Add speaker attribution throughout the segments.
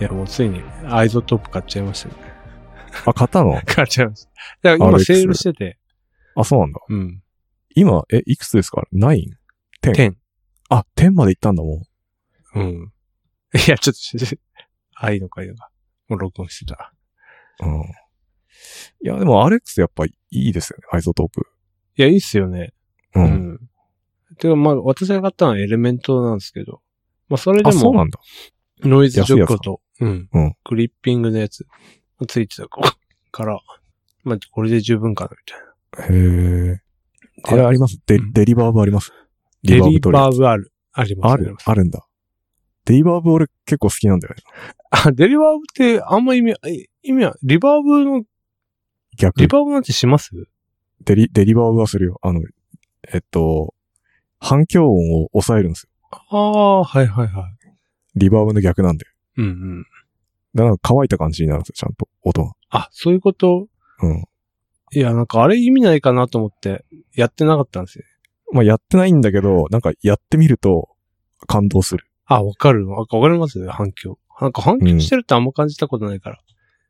Speaker 1: いや、もうついにアイゾトップ買っちゃいましたね。
Speaker 2: あ、買ったの
Speaker 1: 買っちゃいました。だから今
Speaker 2: RX
Speaker 1: セールしてて。
Speaker 2: あ、そうなんだ。
Speaker 1: うん。
Speaker 2: 今、え、いくつですか ?9? 10?
Speaker 1: 10。
Speaker 2: あ、10まで行ったんだもん。
Speaker 1: うん。いや、ちょっと、愛の会が。もう録音してた。
Speaker 2: うん。いや、でも RX やっぱいいですよね、アイゾトープ。
Speaker 1: いや、いいっすよね。
Speaker 2: う。
Speaker 1: うんん。てか、まあ、私が買ったのはエレメントなんですけど。まあ、それで
Speaker 2: あ、そうな
Speaker 1: も、
Speaker 2: んだ。
Speaker 1: ノイズ除去と、うん。
Speaker 2: うん
Speaker 1: クリッピングのやつ、ついてたから、まあ、これで十分かな、みたいな。
Speaker 2: へえ。あれありますデ
Speaker 1: うん
Speaker 2: デリバーブあります
Speaker 1: デリ
Speaker 2: 取るや
Speaker 1: バ
Speaker 2: つ
Speaker 1: ーブある。あります
Speaker 2: あるあるんだ。デリバーブ俺結構好きなんだよね。
Speaker 1: あ、デリバーブってあんま意味、え意味は、リバーブの、
Speaker 2: 逆
Speaker 1: リバーブなんてします
Speaker 2: デリ、デリバーブはするよ。あの、えっと、反響音を抑えるんですよ。
Speaker 1: ああ、はいはいはい。
Speaker 2: リバーブの逆なんで。
Speaker 1: うんうん。
Speaker 2: だから乾いた感じになるんですよ、ちゃんと。音が。
Speaker 1: あ、そういうこと
Speaker 2: うん。
Speaker 1: いや、なんかあれ意味ないかなと思って、やってなかったんですよ。
Speaker 2: まあ、やってないんだけど、なんかやってみると感動する。
Speaker 1: あ、わかる。わかわかりますよ、反響。なんか反響してるってあんま感じたことないから。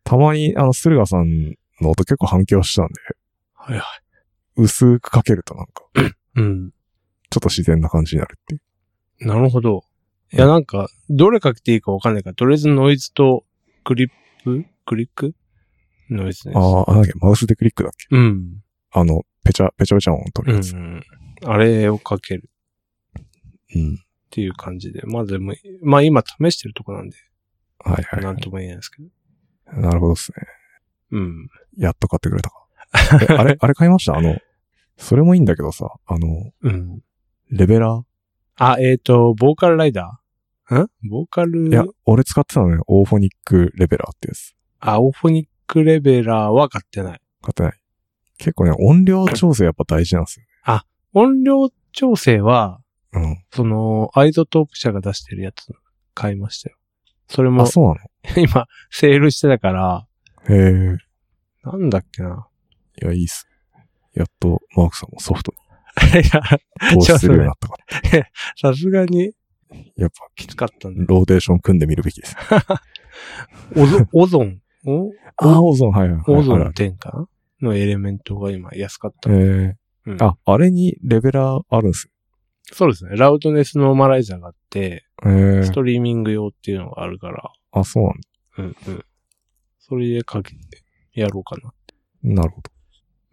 Speaker 2: たまに、あの、駿河さんの音結構反響したんで、
Speaker 1: はいはい。
Speaker 2: 薄くかけるとなんか、
Speaker 1: うん。
Speaker 2: ちょっと自然な感じになるっていう。
Speaker 1: なるほど。いや、なんか、どれかけていいかわかんないから、とりあえずノイズとクリップクリックノイズです。
Speaker 2: あーあ、なんだっけ、マウスでクリックだっけ
Speaker 1: うん。
Speaker 2: あの、ペチャ、ペチャペチャ音を取
Speaker 1: う
Speaker 2: る
Speaker 1: んう
Speaker 2: やつ。
Speaker 1: ん。あれをかける。
Speaker 2: うん。
Speaker 1: っていう感じで。まあでも、まあ今試してるとこなんで、
Speaker 2: はいはい
Speaker 1: な
Speaker 2: は
Speaker 1: んとも言えないですけど。
Speaker 2: い。なるほどですね。
Speaker 1: うん。
Speaker 2: やっと買ってくれたか。え あれ、あれ買いましたあの、それもいいんだけどさ、あの、
Speaker 1: うん。
Speaker 2: レベラ
Speaker 1: あ、えっ、と、ボーカルライダーんボーカル
Speaker 2: ーいや、俺使ってたのね、オーフォニックレベラーってやつ。
Speaker 1: あ、オーフォニックレベラーは買ってない。
Speaker 2: 買ってない。結構ね、音量調整やっぱ大事なんですよ。
Speaker 1: 音量調整は、
Speaker 2: うん。
Speaker 1: その、アイゾトープ社が出してるやつ買いましたよ。それも
Speaker 2: あ、、そうなの
Speaker 1: 今、セールしてたから、
Speaker 2: へえ。
Speaker 1: なんだっけな。
Speaker 2: いや、いいっす。やっと、マークさんもソフト
Speaker 1: いや、
Speaker 2: に投資するようになったから。
Speaker 1: さすがに
Speaker 2: やっぱ、
Speaker 1: きつかったんで。
Speaker 2: ローテーション組んでみるべきです。
Speaker 1: オゾオゾン、お
Speaker 2: あ、オーゾン、はいはいはい。
Speaker 1: オゾ
Speaker 2: あるあ
Speaker 1: ン
Speaker 2: る
Speaker 1: 10かなのエレメントが今安かった。
Speaker 2: へえ。
Speaker 1: うん
Speaker 2: あ、あれにレベラーあるんです。
Speaker 1: そうですね。ラウドネスノーマライザーがあって、
Speaker 2: へえ
Speaker 1: ス。トリーミング用っていうのがあるから、
Speaker 2: あ、そうなんだ。
Speaker 1: うんうん。それでかけてやろうかな。
Speaker 2: なるほど。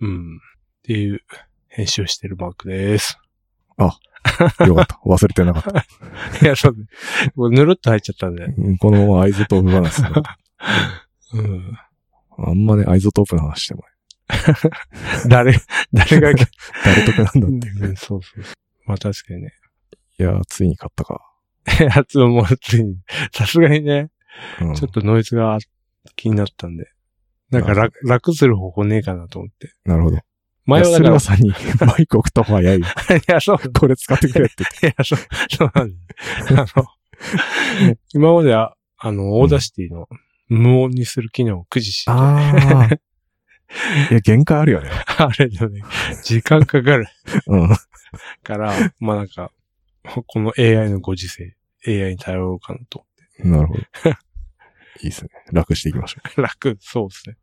Speaker 1: うん。っていう編集してるバッグです。
Speaker 2: よか った。忘れてなかった。
Speaker 1: いや、そうね。もうぬるっと入っちゃったんで。
Speaker 2: うんこのままアイゾトープ話する。
Speaker 1: うん。
Speaker 2: あんまね、アイゾトープの話してもね、
Speaker 1: 誰、誰が、
Speaker 2: 誰得なんだって。
Speaker 1: うん そうそうそう。まあ確かにね。
Speaker 2: いやー、ついに買ったか。
Speaker 1: いやつもうついに、さすがにね、
Speaker 2: うん
Speaker 1: ちょっとノイズが気になったんで。なんか楽、楽する方法ねえかなと思って。
Speaker 2: なるほど。
Speaker 1: 前はだから、
Speaker 2: 駿河さん にマイク送った方が早いよ。
Speaker 1: いや、そう。
Speaker 2: これ使ってくれって。
Speaker 1: いや、そう、 そうなんだよ。あの、今までは、あの、オーダーシティの無音にする機能を駆使して、あ
Speaker 2: ああ。いや、限界あるよね。
Speaker 1: れだよね、時間かかる
Speaker 2: うん。
Speaker 1: から、まあなんか、この AI のご時世、AI に頼ろうかなと。
Speaker 2: な るほど。いいですね。楽していきましょ
Speaker 1: 楽、そうですね。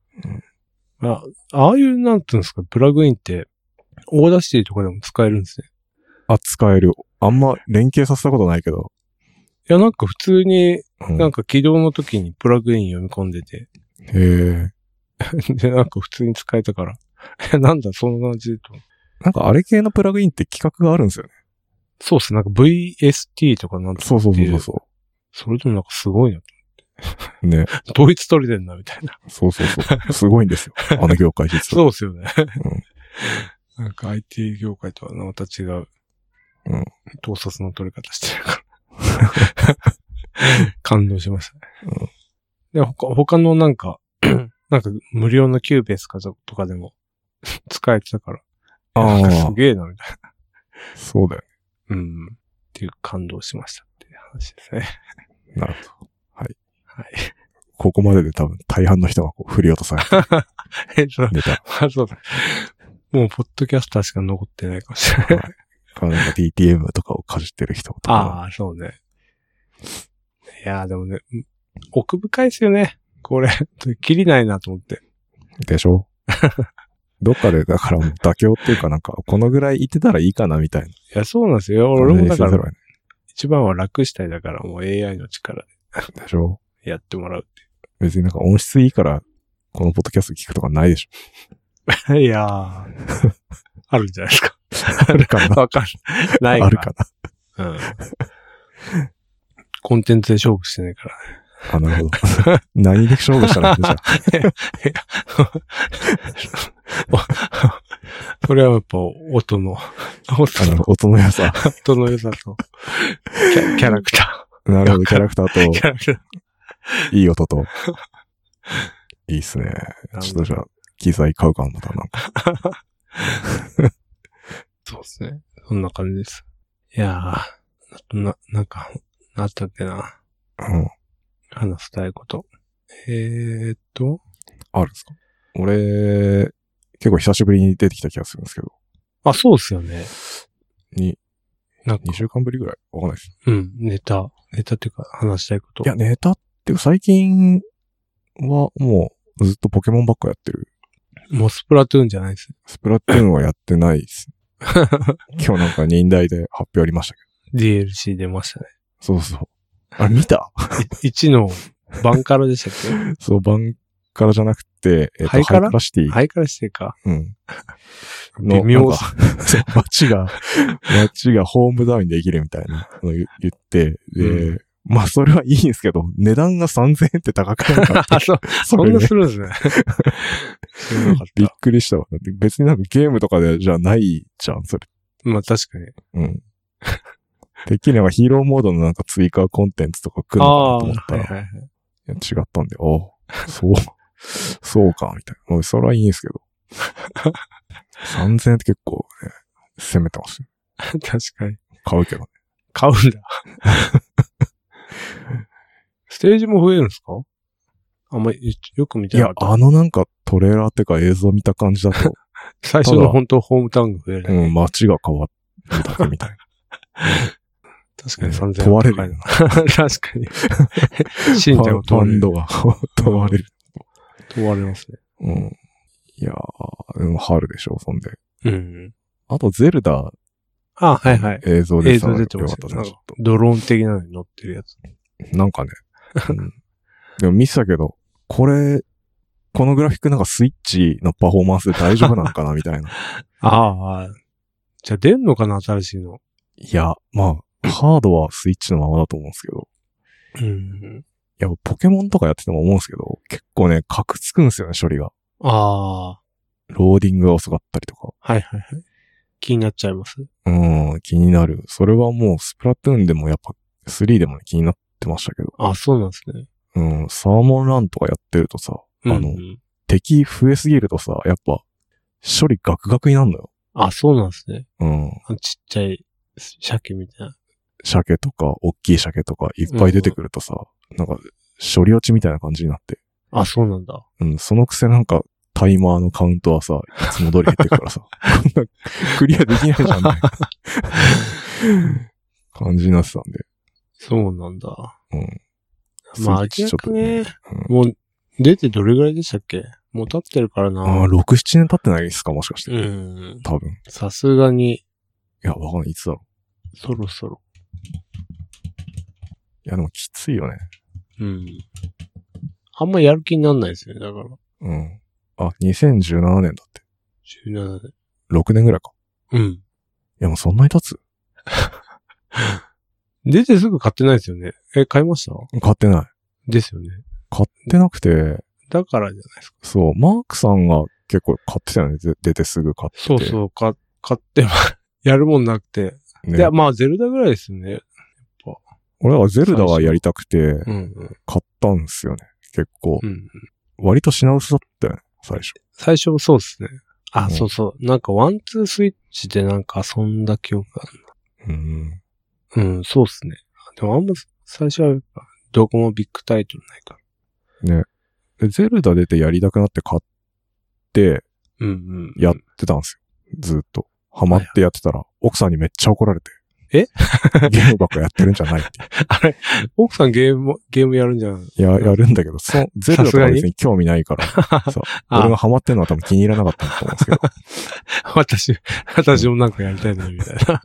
Speaker 1: まあ、ああいう、なんていうんですか、プラグインって、オーダーシティとかでも使えるんですね。
Speaker 2: う。あ、使える。あんま連携させたことないけど。
Speaker 1: いや、なんか普通に、
Speaker 2: うん
Speaker 1: なんか起動の時にプラグイン読み込んでて、
Speaker 2: へえ。
Speaker 1: で、なんか普通に使えたから、えなんだ、そんな感じでと。
Speaker 2: なんかあれ系のプラグインって企画があるんですよね。
Speaker 1: そうっす、なんか VST とかなんとか
Speaker 2: そうそうそうそうそ
Speaker 1: それでもなんかすごいな。
Speaker 2: う。ね。
Speaker 1: ドイツ取れてんな、みたいな。
Speaker 2: そうそう そう。すごいんですよ。あの業界実は。
Speaker 1: そうっすよね。なんか IT 業界とはまた違う。
Speaker 2: うん。
Speaker 1: 盗撮の取り方してるから。感動しましたね。で、他、他のなんか、 なんか無料のキューベースかととかでも 使えてたから。
Speaker 2: あ
Speaker 1: なんかす
Speaker 2: あ、
Speaker 1: げえな、みたい
Speaker 2: そうだよ
Speaker 1: な。うん。っていう感動しましたっていう話です ね。
Speaker 2: ね。なるほど。
Speaker 1: はい。
Speaker 2: ここまでで多分大半の人がこう振り落とされて
Speaker 1: えっと、
Speaker 2: 出た。
Speaker 1: まあそうだ。もう、ポッドキャスターしか残ってないかもしれない。
Speaker 2: かなんか DTM とかをかじってる人とか。
Speaker 1: ああ、そうね。いやー、でもね、奥深いですよね。これ、 切りないなと思って。
Speaker 2: でし ょどっかで、だからもう妥協っていうかなんか、このぐらいいてたらいいかなみたいな。
Speaker 1: いや、そうなんですよ。俺もだか
Speaker 2: 感じに
Speaker 1: ら
Speaker 2: せざる、を
Speaker 1: 一番は楽したいだから、もう AI の力
Speaker 2: 得ないでしょ
Speaker 1: でやってもらうっ
Speaker 2: 別になんか音質いいから、このポッドキャスト聞くとかない でしょ
Speaker 1: て。いやー。 あるんじゃないですか。
Speaker 2: あるかな
Speaker 1: わかんない。ない
Speaker 2: あるかな
Speaker 1: ら。うん。 コンテンツで勝負してないから。
Speaker 2: あ、なるほど。何で勝負したらいいんで しょ
Speaker 1: これはやっぱ音の、
Speaker 2: あ
Speaker 1: 音の
Speaker 2: の、音の良さ。
Speaker 1: 音の良さと、キャキャラクタ
Speaker 2: なるほど、キャラクター
Speaker 1: ー。キ
Speaker 2: と、
Speaker 1: ャラクター。
Speaker 2: いい音と。いいっすね。ちょっとじゃあ、機材買うかも、またなんか。
Speaker 1: そうですね。そんな感じです。いやー、あとな、なんか、あったっけな。
Speaker 2: うん。
Speaker 1: 話したいこと。えーっと、
Speaker 2: あるんですか俺、結構久しぶりに出てきた気がするんですけど。
Speaker 1: あ、そうですよね。
Speaker 2: に、
Speaker 1: なんか
Speaker 2: 2、週間ぶりぐらいわかんないです。
Speaker 1: うん、ネタ、ネタっていうか話したいこと。
Speaker 2: いや、ネタっていうか最近はもうずっとポケモンばっかやってる。
Speaker 1: もうスプラトゥーンじゃないです。
Speaker 2: スプラトゥーンはやってな いです。今日なんか忍耐で発表ありましたけ
Speaker 1: DLC 出ましたね。
Speaker 2: ど。そうそう。あれ見た
Speaker 1: 1の番からでしたっ
Speaker 2: そう、バンカラじゃなくて、えっと、
Speaker 1: ハイカラ
Speaker 2: シティ
Speaker 1: け。ハイからしてか。
Speaker 2: うん。
Speaker 1: 微妙さ。
Speaker 2: なん かそう街が、街がホームダウンできるみたいなのを言言って、で、
Speaker 1: う
Speaker 2: まあそれはいいんですけど、値段が3000円って高くないかっ て
Speaker 1: あ、そう、
Speaker 2: そ
Speaker 1: そ
Speaker 2: れ
Speaker 1: ん
Speaker 2: ね
Speaker 1: なするんですね。 知らなかっ。
Speaker 2: びったくりしたわ。だって別になんかゲームとかでじゃないじゃん、それ。
Speaker 1: まあ確かに。
Speaker 2: うん。 できればヒーローモードのなんか追加コンテンツとか来るのかなと思った
Speaker 1: は
Speaker 2: ら、
Speaker 1: い
Speaker 2: い
Speaker 1: はい。
Speaker 2: や違ったんで、おそう、 そうか、みたいな。うんそれはいいんですけど。3000円って結構ね、攻めてますよ。
Speaker 1: 確かに。
Speaker 2: 買うけどね。
Speaker 1: 買 うんだ。ステージも増えるんですかあんまりよく見
Speaker 2: い
Speaker 1: てな
Speaker 2: や
Speaker 1: かっ、た。
Speaker 2: あのなんかトレーラーってか映像見た感じだと、
Speaker 1: 最初
Speaker 2: た
Speaker 1: の
Speaker 2: だ
Speaker 1: 本当ホームタウンが増えるね。
Speaker 2: うん、街が変わるだけみたい
Speaker 1: 確か
Speaker 2: な。
Speaker 1: に3000
Speaker 2: 問われる
Speaker 1: 高い
Speaker 2: よ
Speaker 1: な
Speaker 2: な。
Speaker 1: 確か に。信者を
Speaker 2: フ
Speaker 1: 問
Speaker 2: ァ
Speaker 1: われ
Speaker 2: ン
Speaker 1: る。
Speaker 2: ドが 問われる。
Speaker 1: 問われますね。
Speaker 2: うん。いやー、でも春でしょ、そんで。
Speaker 1: うん。
Speaker 2: あと、ゼルダ、
Speaker 1: あ、はいはい。
Speaker 2: 映像で
Speaker 1: 映
Speaker 2: さ
Speaker 1: 像出てまし
Speaker 2: よ
Speaker 1: たねな
Speaker 2: かっ
Speaker 1: ん
Speaker 2: ね
Speaker 1: かドローン的なのに乗ってるやつ。
Speaker 2: なんかね。うん でも見てたけど、これ、このグラフィックなんかスイッチのパフォーマンスで大丈夫なのかなみたいな。
Speaker 1: ああ。じゃあ出んのかな新しいの。
Speaker 2: いや、まあ、ハードはスイッチのままだと思うんですけど、
Speaker 1: うん。
Speaker 2: やっぱポケモンとかやってても思うんですけど、結構ね、カクつくんですよね、処理が。
Speaker 1: ああ。
Speaker 2: ローディングが遅かったりとか。
Speaker 1: はいはいはい。気になっちゃいます。
Speaker 2: うん、気になる。それはもう、スプラトゥーンでもやっぱ、3でも、ね、気になってましたけど。
Speaker 1: あそうなんですね。
Speaker 2: うん、サーモンランとかやってるとさ、あ
Speaker 1: うんう
Speaker 2: の、
Speaker 1: ん。
Speaker 2: 敵増えすぎるとさ、やっぱ、処理ガクガクになるのよ。
Speaker 1: あ、そうなんですね。
Speaker 2: うん。
Speaker 1: あちっちゃい鮭みたいな。
Speaker 2: 鮭とか、大きい鮭とか、いっぱい出てくるとさ、なんか、処理落ちみたいな感じになって。
Speaker 1: あ、そうなんだ。
Speaker 2: うん、そのくせなんか、タイマーのカウントはさ、いつも通り減ってくからさ、 こんな、クリアできないじゃ ん、みたいな感じになってたんで。
Speaker 1: そうなんだ。
Speaker 2: うん。
Speaker 1: まあ、
Speaker 2: スイッ
Speaker 1: 明
Speaker 2: チ
Speaker 1: らかね、
Speaker 2: うん
Speaker 1: もう、出てどれぐらいでしたっけもう経ってるから
Speaker 2: あ
Speaker 1: な
Speaker 2: あ、。6、7年経ってないですか、もしかして。
Speaker 1: うん。
Speaker 2: 多分。い
Speaker 1: さすがに、
Speaker 2: や、わかんない。いつだろ
Speaker 1: そろそろ。
Speaker 2: う。いや、でもきついよね。
Speaker 1: うん。あんまやる気になんないですよね。だから、
Speaker 2: うん。あ、2017年だって。
Speaker 1: 17年。
Speaker 2: 6年ぐらいか。
Speaker 1: うん。
Speaker 2: いや、もうそんなに経つ
Speaker 1: 出てすぐ買ってないですよね。え、買いました
Speaker 2: 買ってない。
Speaker 1: ですよね。
Speaker 2: 買ってなくて、
Speaker 1: だからじゃないですか。
Speaker 2: そう、マークさんが結構買ってたよね。で出てすぐ買ってて。
Speaker 1: そうそう、か買って、やるもんなくて。
Speaker 2: ね
Speaker 1: いや、まあ、ゼルダぐらいですよね。
Speaker 2: 俺はゼルダはやりたくて、
Speaker 1: うん、うん。
Speaker 2: 買ったんですよね。結構。
Speaker 1: うん。
Speaker 2: 割と品薄だったよね、最初。
Speaker 1: 最初そうっすね。あ、
Speaker 2: うん
Speaker 1: そうそう。なんか、ワン、ツースイッチでなんか遊んだ記憶が
Speaker 2: うん。
Speaker 1: うん、そうっすね。でもあんま最初はやっぱ、どこもビッグタイトルないか
Speaker 2: で、ゼルダ出てやりたくなって買って、
Speaker 1: ら。うんうん。
Speaker 2: やってたんですよ。ずっと。ハマってやってたら、奥さんにめっちゃ怒られて。
Speaker 1: え
Speaker 2: ゲームばっかやってるんじゃないって。
Speaker 1: あれ、奥さんゲーム、ゲームやるんじゃん。
Speaker 2: いや、やるんだけど、その、ゼルダとか別に興味ないから、 そう。
Speaker 1: あ
Speaker 2: 俺がハマってんのは多分気に入らなかったんだと思うんですけど。
Speaker 1: 私、私もなんかやりたいな、み たいな。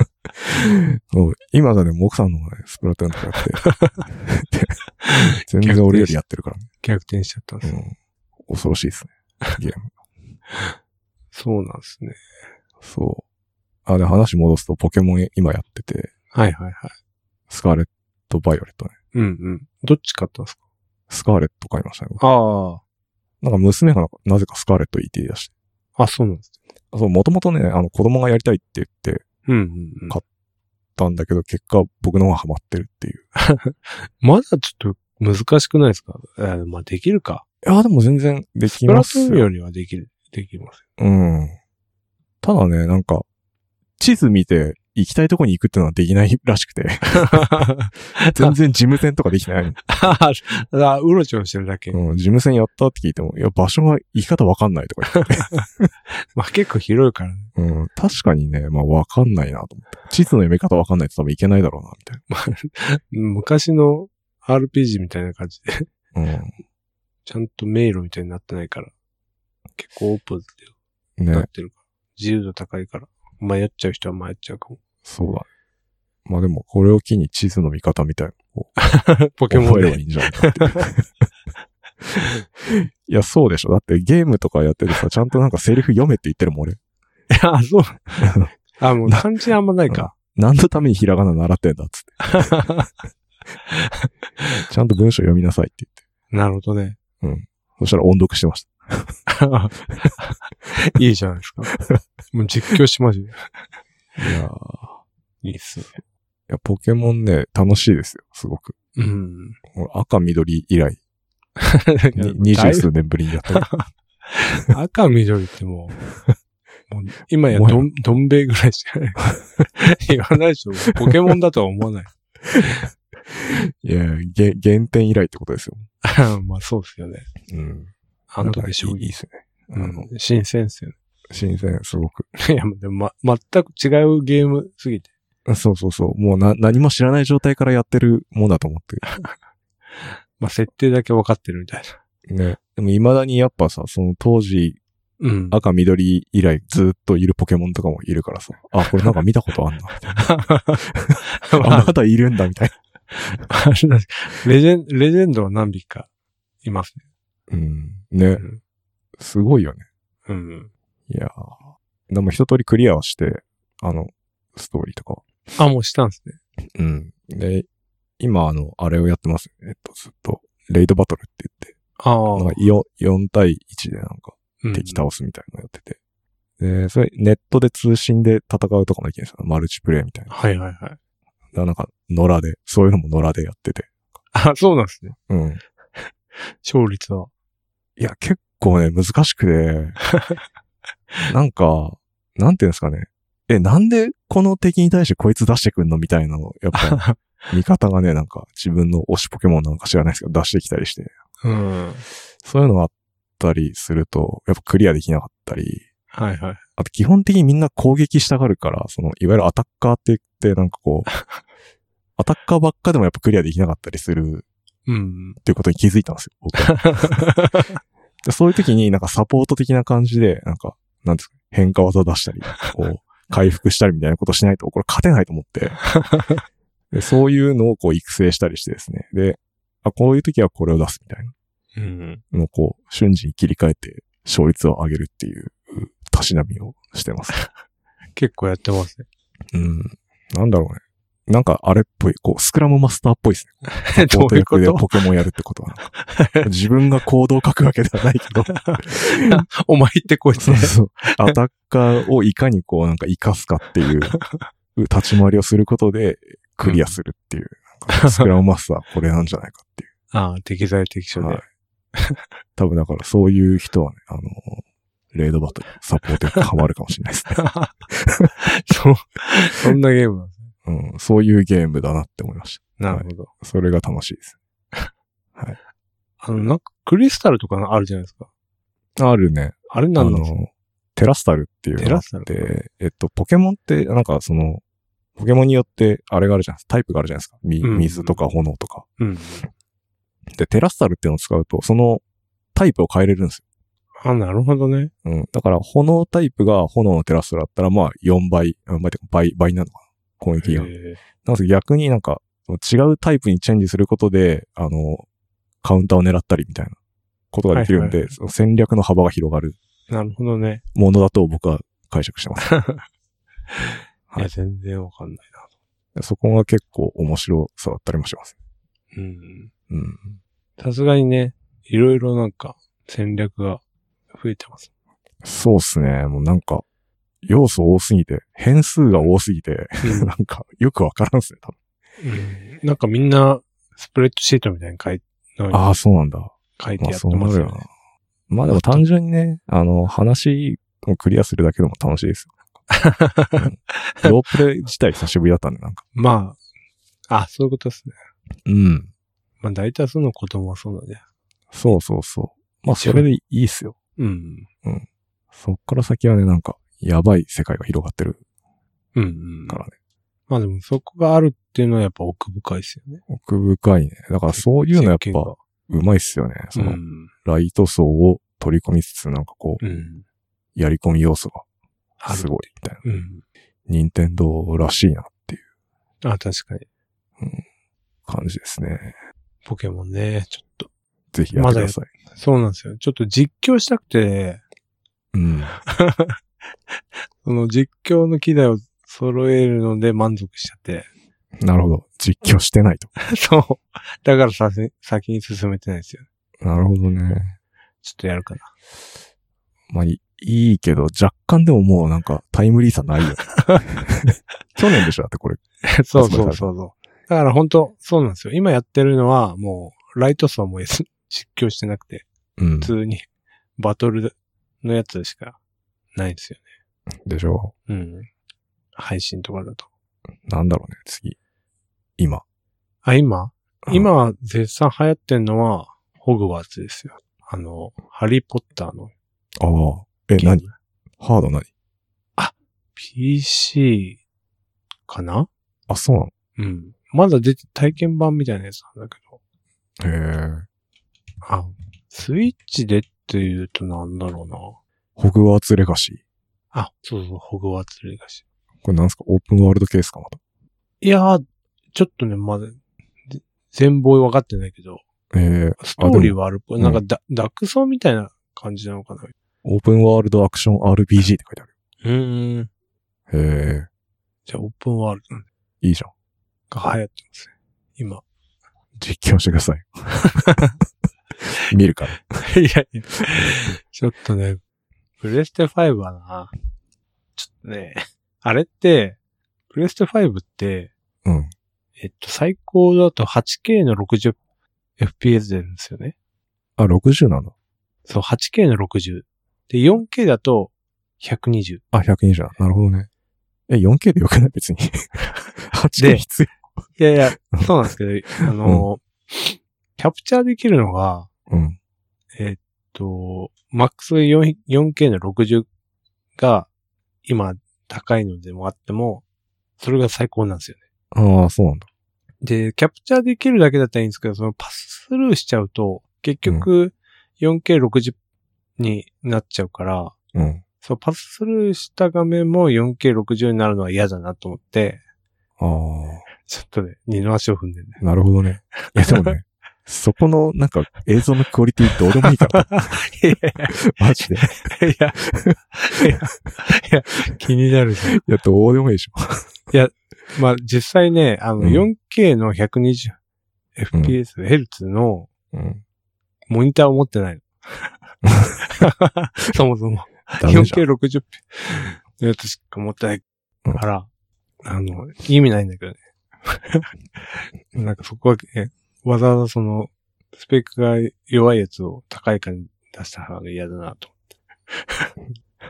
Speaker 2: うん今がね、もう奥さんの方がね、スプラトゥーンとかやって。で全然俺よりやってるからね。
Speaker 1: 逆転しちゃったんです。
Speaker 2: うん。恐ろしいですね。ゲーム。
Speaker 1: そうなんですね。
Speaker 2: そう。あ、で、話戻すと、ポケモン今やってて、
Speaker 1: はいはいはい。
Speaker 2: スカーレット・バイオレットね。
Speaker 1: うんうん。どっち買ったんですか
Speaker 2: スカーレット買いましたね。
Speaker 1: あ
Speaker 2: なんか娘がなぜかスカーレットいいって言い出して。
Speaker 1: あ。あ、そうなんです。
Speaker 2: そう、もともとね、あの、子供がやりたいって言って
Speaker 1: うんうんうん。
Speaker 2: 買たんだけど、結果僕の方がハマってるっていう。
Speaker 1: まだちょっと難しくないですかえーまあできるか。
Speaker 2: いや、でも全然でき
Speaker 1: プラ
Speaker 2: ま
Speaker 1: ト
Speaker 2: す
Speaker 1: ゥーン
Speaker 2: よ。
Speaker 1: よりはできる、できます。
Speaker 2: うん。ただね、なんか、地図見て行きたいとこに行くっていうのはできないらしく て、全然事務船とかできない。
Speaker 1: ああ、 うろちょろしてるだけ。
Speaker 2: うん、事務船やったって聞いても、いや、場所が行き方わかんないとか言って。
Speaker 1: まあ結構広いからね。
Speaker 2: うん、確かにね、まあわかんないなと思って。地図の読み方わかんないと多分いけないだろうな、みたいな。
Speaker 1: 昔の RPG みたいな感じで、
Speaker 2: うん
Speaker 1: ちゃんと迷路みたいになってないから。結構オープンでな
Speaker 2: ね
Speaker 1: っ、てるから。自由度高いから。迷っちゃう人は迷っちゃうかも。
Speaker 2: そうだね。まあでも、これを機に地図の見方みたいなのを
Speaker 1: ポケモン
Speaker 2: 覚えれば
Speaker 1: で。
Speaker 2: いいんじゃないかっていう。 いや、そうでしょ。だってゲームとかやっててさ、ちゃんとなんかセリフ読めって言ってるもん、俺。
Speaker 1: あ、そう。あ、もう漢字あんまないか。
Speaker 2: 何のためにひらがな習ってんだっつって。 ちゃんと文章読みなさいって言って。
Speaker 1: なるほど ね。
Speaker 2: そしたら音読してました。
Speaker 1: いいじゃないですか。もう実況しますよ。
Speaker 2: いやーい
Speaker 1: いいっすね。
Speaker 2: や、ポケモンね、楽しいですよ、すごく。
Speaker 1: うん。
Speaker 2: 俺赤緑以 来、に二
Speaker 1: だい
Speaker 2: 十数年ぶりにやったけど。
Speaker 1: ぶ赤緑ってもう、もう今やどん、どん兵衛ぐらいしかない。言わないでしょ。ポケモンだとは思わない。
Speaker 2: いやー、げ原点以来ってことですよ。
Speaker 1: まあそうですよね。
Speaker 2: うん。
Speaker 1: あの時将
Speaker 2: なんかいいいい
Speaker 1: 棋
Speaker 2: っ。すね。
Speaker 1: う
Speaker 2: あの
Speaker 1: ん、新鮮っすよ
Speaker 2: 新鮮、すごく。
Speaker 1: ね。いや、でも、ま、全く違うゲームすぎて。
Speaker 2: そうそうそう。もうな、何も知らない状態からやってるもんだと思って。
Speaker 1: まあ、設定だけ分かってるみたい
Speaker 2: ね。でも未だにやっぱさ、その当時、
Speaker 1: な。うん。
Speaker 2: 赤緑以来ずっといるポケモンとかもいるからさ。あ、これなんか見たことあ んな。みたいな
Speaker 1: ま
Speaker 2: あ、まだいるんだ、みたい
Speaker 1: あレジェン、レジェンドは何匹かいますね。
Speaker 2: な。うん。ね。すごいよね。
Speaker 1: うん。
Speaker 2: いやーでも一通りクリアはして、あの、ストーリーとかは。
Speaker 1: あ、もうしたんですね。
Speaker 2: うん。で、今あの、あれをやってます。えっと、ずっと、レイドバトルって言って、
Speaker 1: ああ。
Speaker 2: なんか 4, 4対1でなんか、
Speaker 1: うん
Speaker 2: 敵倒すみたいなのやってて。で、それネットで通信で戦うとかもできるんですよ。マルチプレイみたいな。だか
Speaker 1: はいはいはい。
Speaker 2: らなんか、野良で、そういうのも野良でやってて。
Speaker 1: あ、そうなんですね。
Speaker 2: うん。い
Speaker 1: 勝率は。
Speaker 2: や、結構ね、難しくて、 なんか、なんていうんですかね。え、なんでこの敵に対してこいつ出してくんのみたいなの、やっぱ、 味方がね、なんか自分の推しポケモンなんか知らないですけど、出してきたりして。
Speaker 1: うん。
Speaker 2: そういうのがあったりすると、やっぱクリアできなかったり、
Speaker 1: はいはい。
Speaker 2: あと基本的にみんな攻撃したがるから、その、いわゆるアタッカーって言って、なんかこう、アタッカーばっかでもやっぱクリアできなかったりする
Speaker 1: うん。
Speaker 2: っていうことに気づいたんですよ、僕はでそういう時になんかサポート的な感じで、なんか、なんですか、変化技出したり、こう、回復したりみたいなことしないと、これ勝てないと思って、でそういうのをこう育成したりしてですね。で、あ、こういう時はこれを出すみたいな
Speaker 1: うん。
Speaker 2: のをこう、瞬時に切り替えて、勝率を上げるっていう、たしなみをしてます。
Speaker 1: 結構やってますね。
Speaker 2: うん。なんだろうね。なんかあれっぽい、こう、スクラムマスターっぽいですね。
Speaker 1: どういうこ
Speaker 2: ポート役で
Speaker 1: と
Speaker 2: ポケモンやるってこと はなんか。自分が行動を書くわけではないけど。
Speaker 1: お前ってこいつ
Speaker 2: そう
Speaker 1: ね。
Speaker 2: そう。アタッカーをいかにこう、なんか活かすかっ ていう、立ち回りをすることで、クリアするっていう。なんかスクラムマスターこれなんじゃないかっ ていう。
Speaker 1: ああ、適材適所
Speaker 2: はい
Speaker 1: で。
Speaker 2: 多分だからそういう人はね、あの、レイドバトル、サポートにハマるかもしれないですね。
Speaker 1: そう。 そんなゲームなんですね。
Speaker 2: うん。そういうゲームだなって思いまし
Speaker 1: なるほど。
Speaker 2: た。それが楽しいです。
Speaker 1: あの、なんか、クリスタルとかあるじゃないですか。
Speaker 2: あるね。
Speaker 1: あれなんなんですか
Speaker 2: の、テラスタルっていうのがあ
Speaker 1: テラ
Speaker 2: っ
Speaker 1: スタ
Speaker 2: て、えっと、ポケモンって、なんかその、ポケモンによって、あれがあるじゃないですか。タイプがあるじゃないですか。み
Speaker 1: うん
Speaker 2: 水とか炎とか。
Speaker 1: うん。
Speaker 2: で、テラスタルっていうのを使うと、そのタイプを変えれるんです
Speaker 1: あ、なるほどね。
Speaker 2: よ。うん。だから、炎タイプが炎のテラスタルだったら、まあ、4倍、4倍ってか倍、倍になるのかな。攻撃
Speaker 1: へ
Speaker 2: が。
Speaker 1: ー
Speaker 2: なんか逆になんか、違うタイプにチェンジすることで、あの、カウンターを狙ったりみたいなことができるんで、
Speaker 1: はいはい
Speaker 2: その戦略の幅が広がる
Speaker 1: なるほどね。
Speaker 2: ものだと僕は解釈してます。はいい
Speaker 1: や、全然わかんない
Speaker 2: そこが結構面白さだったりもします。
Speaker 1: な。うん。
Speaker 2: うん。
Speaker 1: さすがにね、いろいろなんか戦略が増えてます。
Speaker 2: そうっすね。もうなんか、要素多すぎて、変数が多すぎて、 なんか、よくわからんっすね、多分。
Speaker 1: うんなんかみんな、スプレッドシートみたいに書いのに
Speaker 2: ああ、そうなんだ。
Speaker 1: 書いて
Speaker 2: ま
Speaker 1: や
Speaker 2: あ、
Speaker 1: って
Speaker 2: そうな
Speaker 1: ま
Speaker 2: る
Speaker 1: す
Speaker 2: よ
Speaker 1: よ
Speaker 2: な
Speaker 1: ね。。
Speaker 2: まあでも単純にね、あの、話をクリアするだけでも楽しいです よ。うんロープレイ自体久しぶりだったんで、なんか。
Speaker 1: まあ、あ、そういうことですね。
Speaker 2: うん。
Speaker 1: まあ大多数の子供はそうなんで。
Speaker 2: そうそうそう。まあ、それでいいっすよ。
Speaker 1: うん。
Speaker 2: そっから先はね、なんか、やばい世界が広がってる
Speaker 1: うん、うん。
Speaker 2: からね。
Speaker 1: まあでもそこがあるっていうのはやっぱ奥深いですよね。
Speaker 2: 奥深いね。だからそういうのやっ
Speaker 1: 設計が
Speaker 2: ぱ、うまいっすよね。そうの、
Speaker 1: ん。
Speaker 2: ライト層を取り込みつつ、なんかこう、
Speaker 1: うん。
Speaker 2: やり込み要素
Speaker 1: あ
Speaker 2: が
Speaker 1: る
Speaker 2: すごいみたいな。
Speaker 1: うん。
Speaker 2: 任天堂らしいなっていう
Speaker 1: あ、確かに。
Speaker 2: 感じですね。
Speaker 1: ポケモンね、ちょっと。
Speaker 2: ぜひやってください。
Speaker 1: そうなんですよ。ちょっと実況したくて、
Speaker 2: うん。
Speaker 1: その実況の機材を揃えるので満足しちゃって。
Speaker 2: なるほど。実況してないと。
Speaker 1: そう。だからさせ、先に進めてないですよ。
Speaker 2: なるほどね。
Speaker 1: ちょっとやるかな。
Speaker 2: まあ、いいいけど、若干でももうなんかタイムリーさないよ ね。去年でしょだってこれ。
Speaker 1: そうそうそうそう。だから本当そうなんですよ。今やってるのは、もう、 ライト層もやす実況してなくて、
Speaker 2: うん
Speaker 1: 普。通にバトルのやつしかないんですよ
Speaker 2: でしょ
Speaker 1: ね。うん。配信とかだと。
Speaker 2: なんだろうね、次。今。
Speaker 1: あ、今
Speaker 2: うん
Speaker 1: 今、絶賛流行ってんのは、ホグワーツですよ。あの、ハリーポッターの
Speaker 2: ああ。え、
Speaker 1: ゲーム
Speaker 2: 何ハード何
Speaker 1: ?PC かな
Speaker 2: あ、そうなの
Speaker 1: うん。まだ出て、体験版みたいなやつなんだけど。
Speaker 2: へえ。
Speaker 1: あ、スイッチでっていうとなんだろうな。
Speaker 2: ホグワーツレガシー。
Speaker 1: あ、そうそう、ホグワーツレガシ
Speaker 2: これなんすかオープンワールドケースかまた。
Speaker 1: ー。いやー、ちょっとね、まだ、ぜ全貌分かってないけど、
Speaker 2: ええ
Speaker 1: ストーリーはあるっぽい。
Speaker 2: うん
Speaker 1: なんかダ、ダクソみたいな感じなのかな。
Speaker 2: オープンワールドアクション RPG って書いてあ
Speaker 1: うん。
Speaker 2: る。へえ。
Speaker 1: じゃあ、オープンワールド
Speaker 2: いいじゃん。
Speaker 1: が流行ってますね。今。
Speaker 2: 実況してください。見るか ら。
Speaker 1: いやいや。 ちょっとね、プレステ5はな、ちょっとね、あれって、プレステ5って、
Speaker 2: うん。
Speaker 1: えっと、最高だと 8K の 60fps 出るんですよね。
Speaker 2: あ、60なんだ。
Speaker 1: そう、8K の60。で、4K だと120。
Speaker 2: あ、120なんだ。なるほどね。え、4K でよくない別に。8K
Speaker 1: で
Speaker 2: 必要。
Speaker 1: いやいや、そうなんですけど、あの、キャプチャーできるのが、
Speaker 2: うん。
Speaker 1: えっと、マックス 4K の60が今高いのでもあっても、それが最高なんですよね。
Speaker 2: ああ、そうなんだ。
Speaker 1: で、キャプチャーできるだけだったらいいんですけど、そのパススルーしちゃうと、結局 4K60 になっちゃうから、
Speaker 2: うん。
Speaker 1: そう、パススルーした画面も 4K60 になるのは嫌だなと思って、
Speaker 2: あ
Speaker 1: ちょっとね、二の足を踏んでね。
Speaker 2: あ、なるほどね。いや、でもね、そこの、なんか、映像のクオリティどうで もい いから。
Speaker 1: いやい
Speaker 2: マジで。い
Speaker 1: や、いや、いやいや、気になるじゃん。
Speaker 2: や、どうでもいいでしょ。
Speaker 1: まあ、実際ね、あの、
Speaker 2: うん
Speaker 1: 4K の 120fps、ヘルツの
Speaker 2: うん。
Speaker 1: モニターを持ってないの。 そもそも。
Speaker 2: ダメじゃん。
Speaker 1: 4K60 のやつしか持ってないから、あの、意味ないんだけどね。 なんかそこは、ね、わざわざその、スペックが弱いやつを高い感じに出した方が嫌だなと。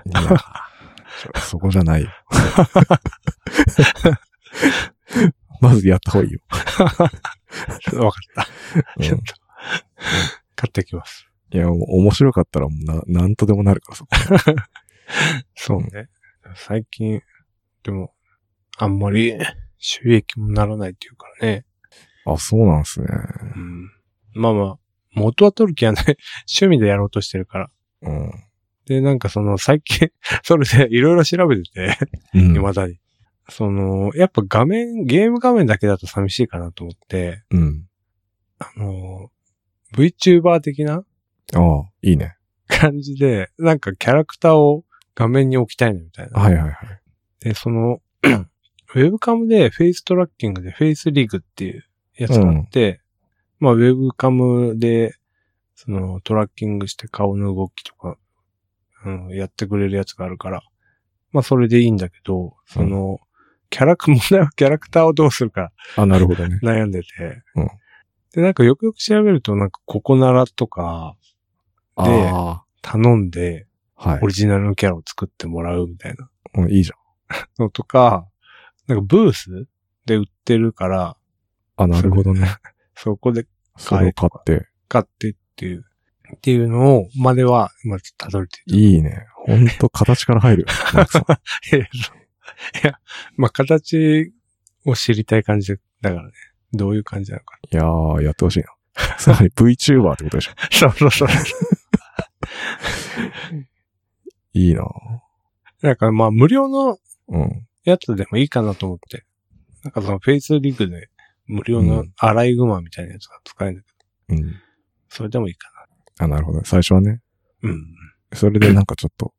Speaker 2: い やそそこじゃない よ。まずやった方がいいよ。
Speaker 1: わかった。
Speaker 2: うん
Speaker 1: ちょっと、買ってきます。
Speaker 2: いや、もう面白かったらもうな、なんとでもなるから、そこ。
Speaker 1: そうね。最近、でも、あんまり収益もならないっていうからね。
Speaker 2: あ、そうなんですね。
Speaker 1: うん。まあまあ、元は取る気はない。 趣味でやろうとしてるから。
Speaker 2: うん。
Speaker 1: で、なんかその最近、 それでいろいろ調べてて、
Speaker 2: うん。
Speaker 1: 未だに。その、やっぱ画面、ゲーム画面だけだと寂しいかなと思って、
Speaker 2: うん。
Speaker 1: あの、VTuber 的な
Speaker 2: ああ、いいね。
Speaker 1: 感じで、なんかキャラクターを画面に置きたいなみたいな。
Speaker 2: はいはいはい。
Speaker 1: で、その、 ウェブカムでフェイストラッキングでフェイスリグっていうやつがあって、まあウェブカムで、そのトラッキングして顔の動きとか、うん、やってくれるやつがあるから、まあそれでいいんだけど、その、キャラク、問題は キャラクターをどうするか
Speaker 2: あ、なるほど ね。
Speaker 1: 悩んでて、
Speaker 2: うん
Speaker 1: で、なんかよくよく調べると、なんかココナラとか
Speaker 2: あ
Speaker 1: 頼んで、
Speaker 2: あ、はい
Speaker 1: オリジナルのキャラを作ってもらうみたいな。
Speaker 2: うん。いいじ
Speaker 1: のとか、なんかブースで売ってるから、
Speaker 2: ゃん。あ、なるほ どね。
Speaker 1: そこで
Speaker 2: それを買って。
Speaker 1: 買ってっていう、っていうのを、までは、まあ、たどれてい
Speaker 2: いいね。ほんと、形から 入る。なんかさ
Speaker 1: る。 いや、まあ、形を知りたい感じだからね。どういう感じなのか。
Speaker 2: いやー、やってほしいな。さらに VTuber ってことでしょ。
Speaker 1: そうそうそう。
Speaker 2: いいな
Speaker 1: なんかまあ、無料の
Speaker 2: うん。
Speaker 1: やつでもいいかなと思って。なんかそのフェイスリグで無料のアライグマみたいなやつが使えるんだけど、
Speaker 2: うん。
Speaker 1: それでもいいか
Speaker 2: あ、なるほどね。最初はね。
Speaker 1: な。うん。
Speaker 2: それでなんかちょっと、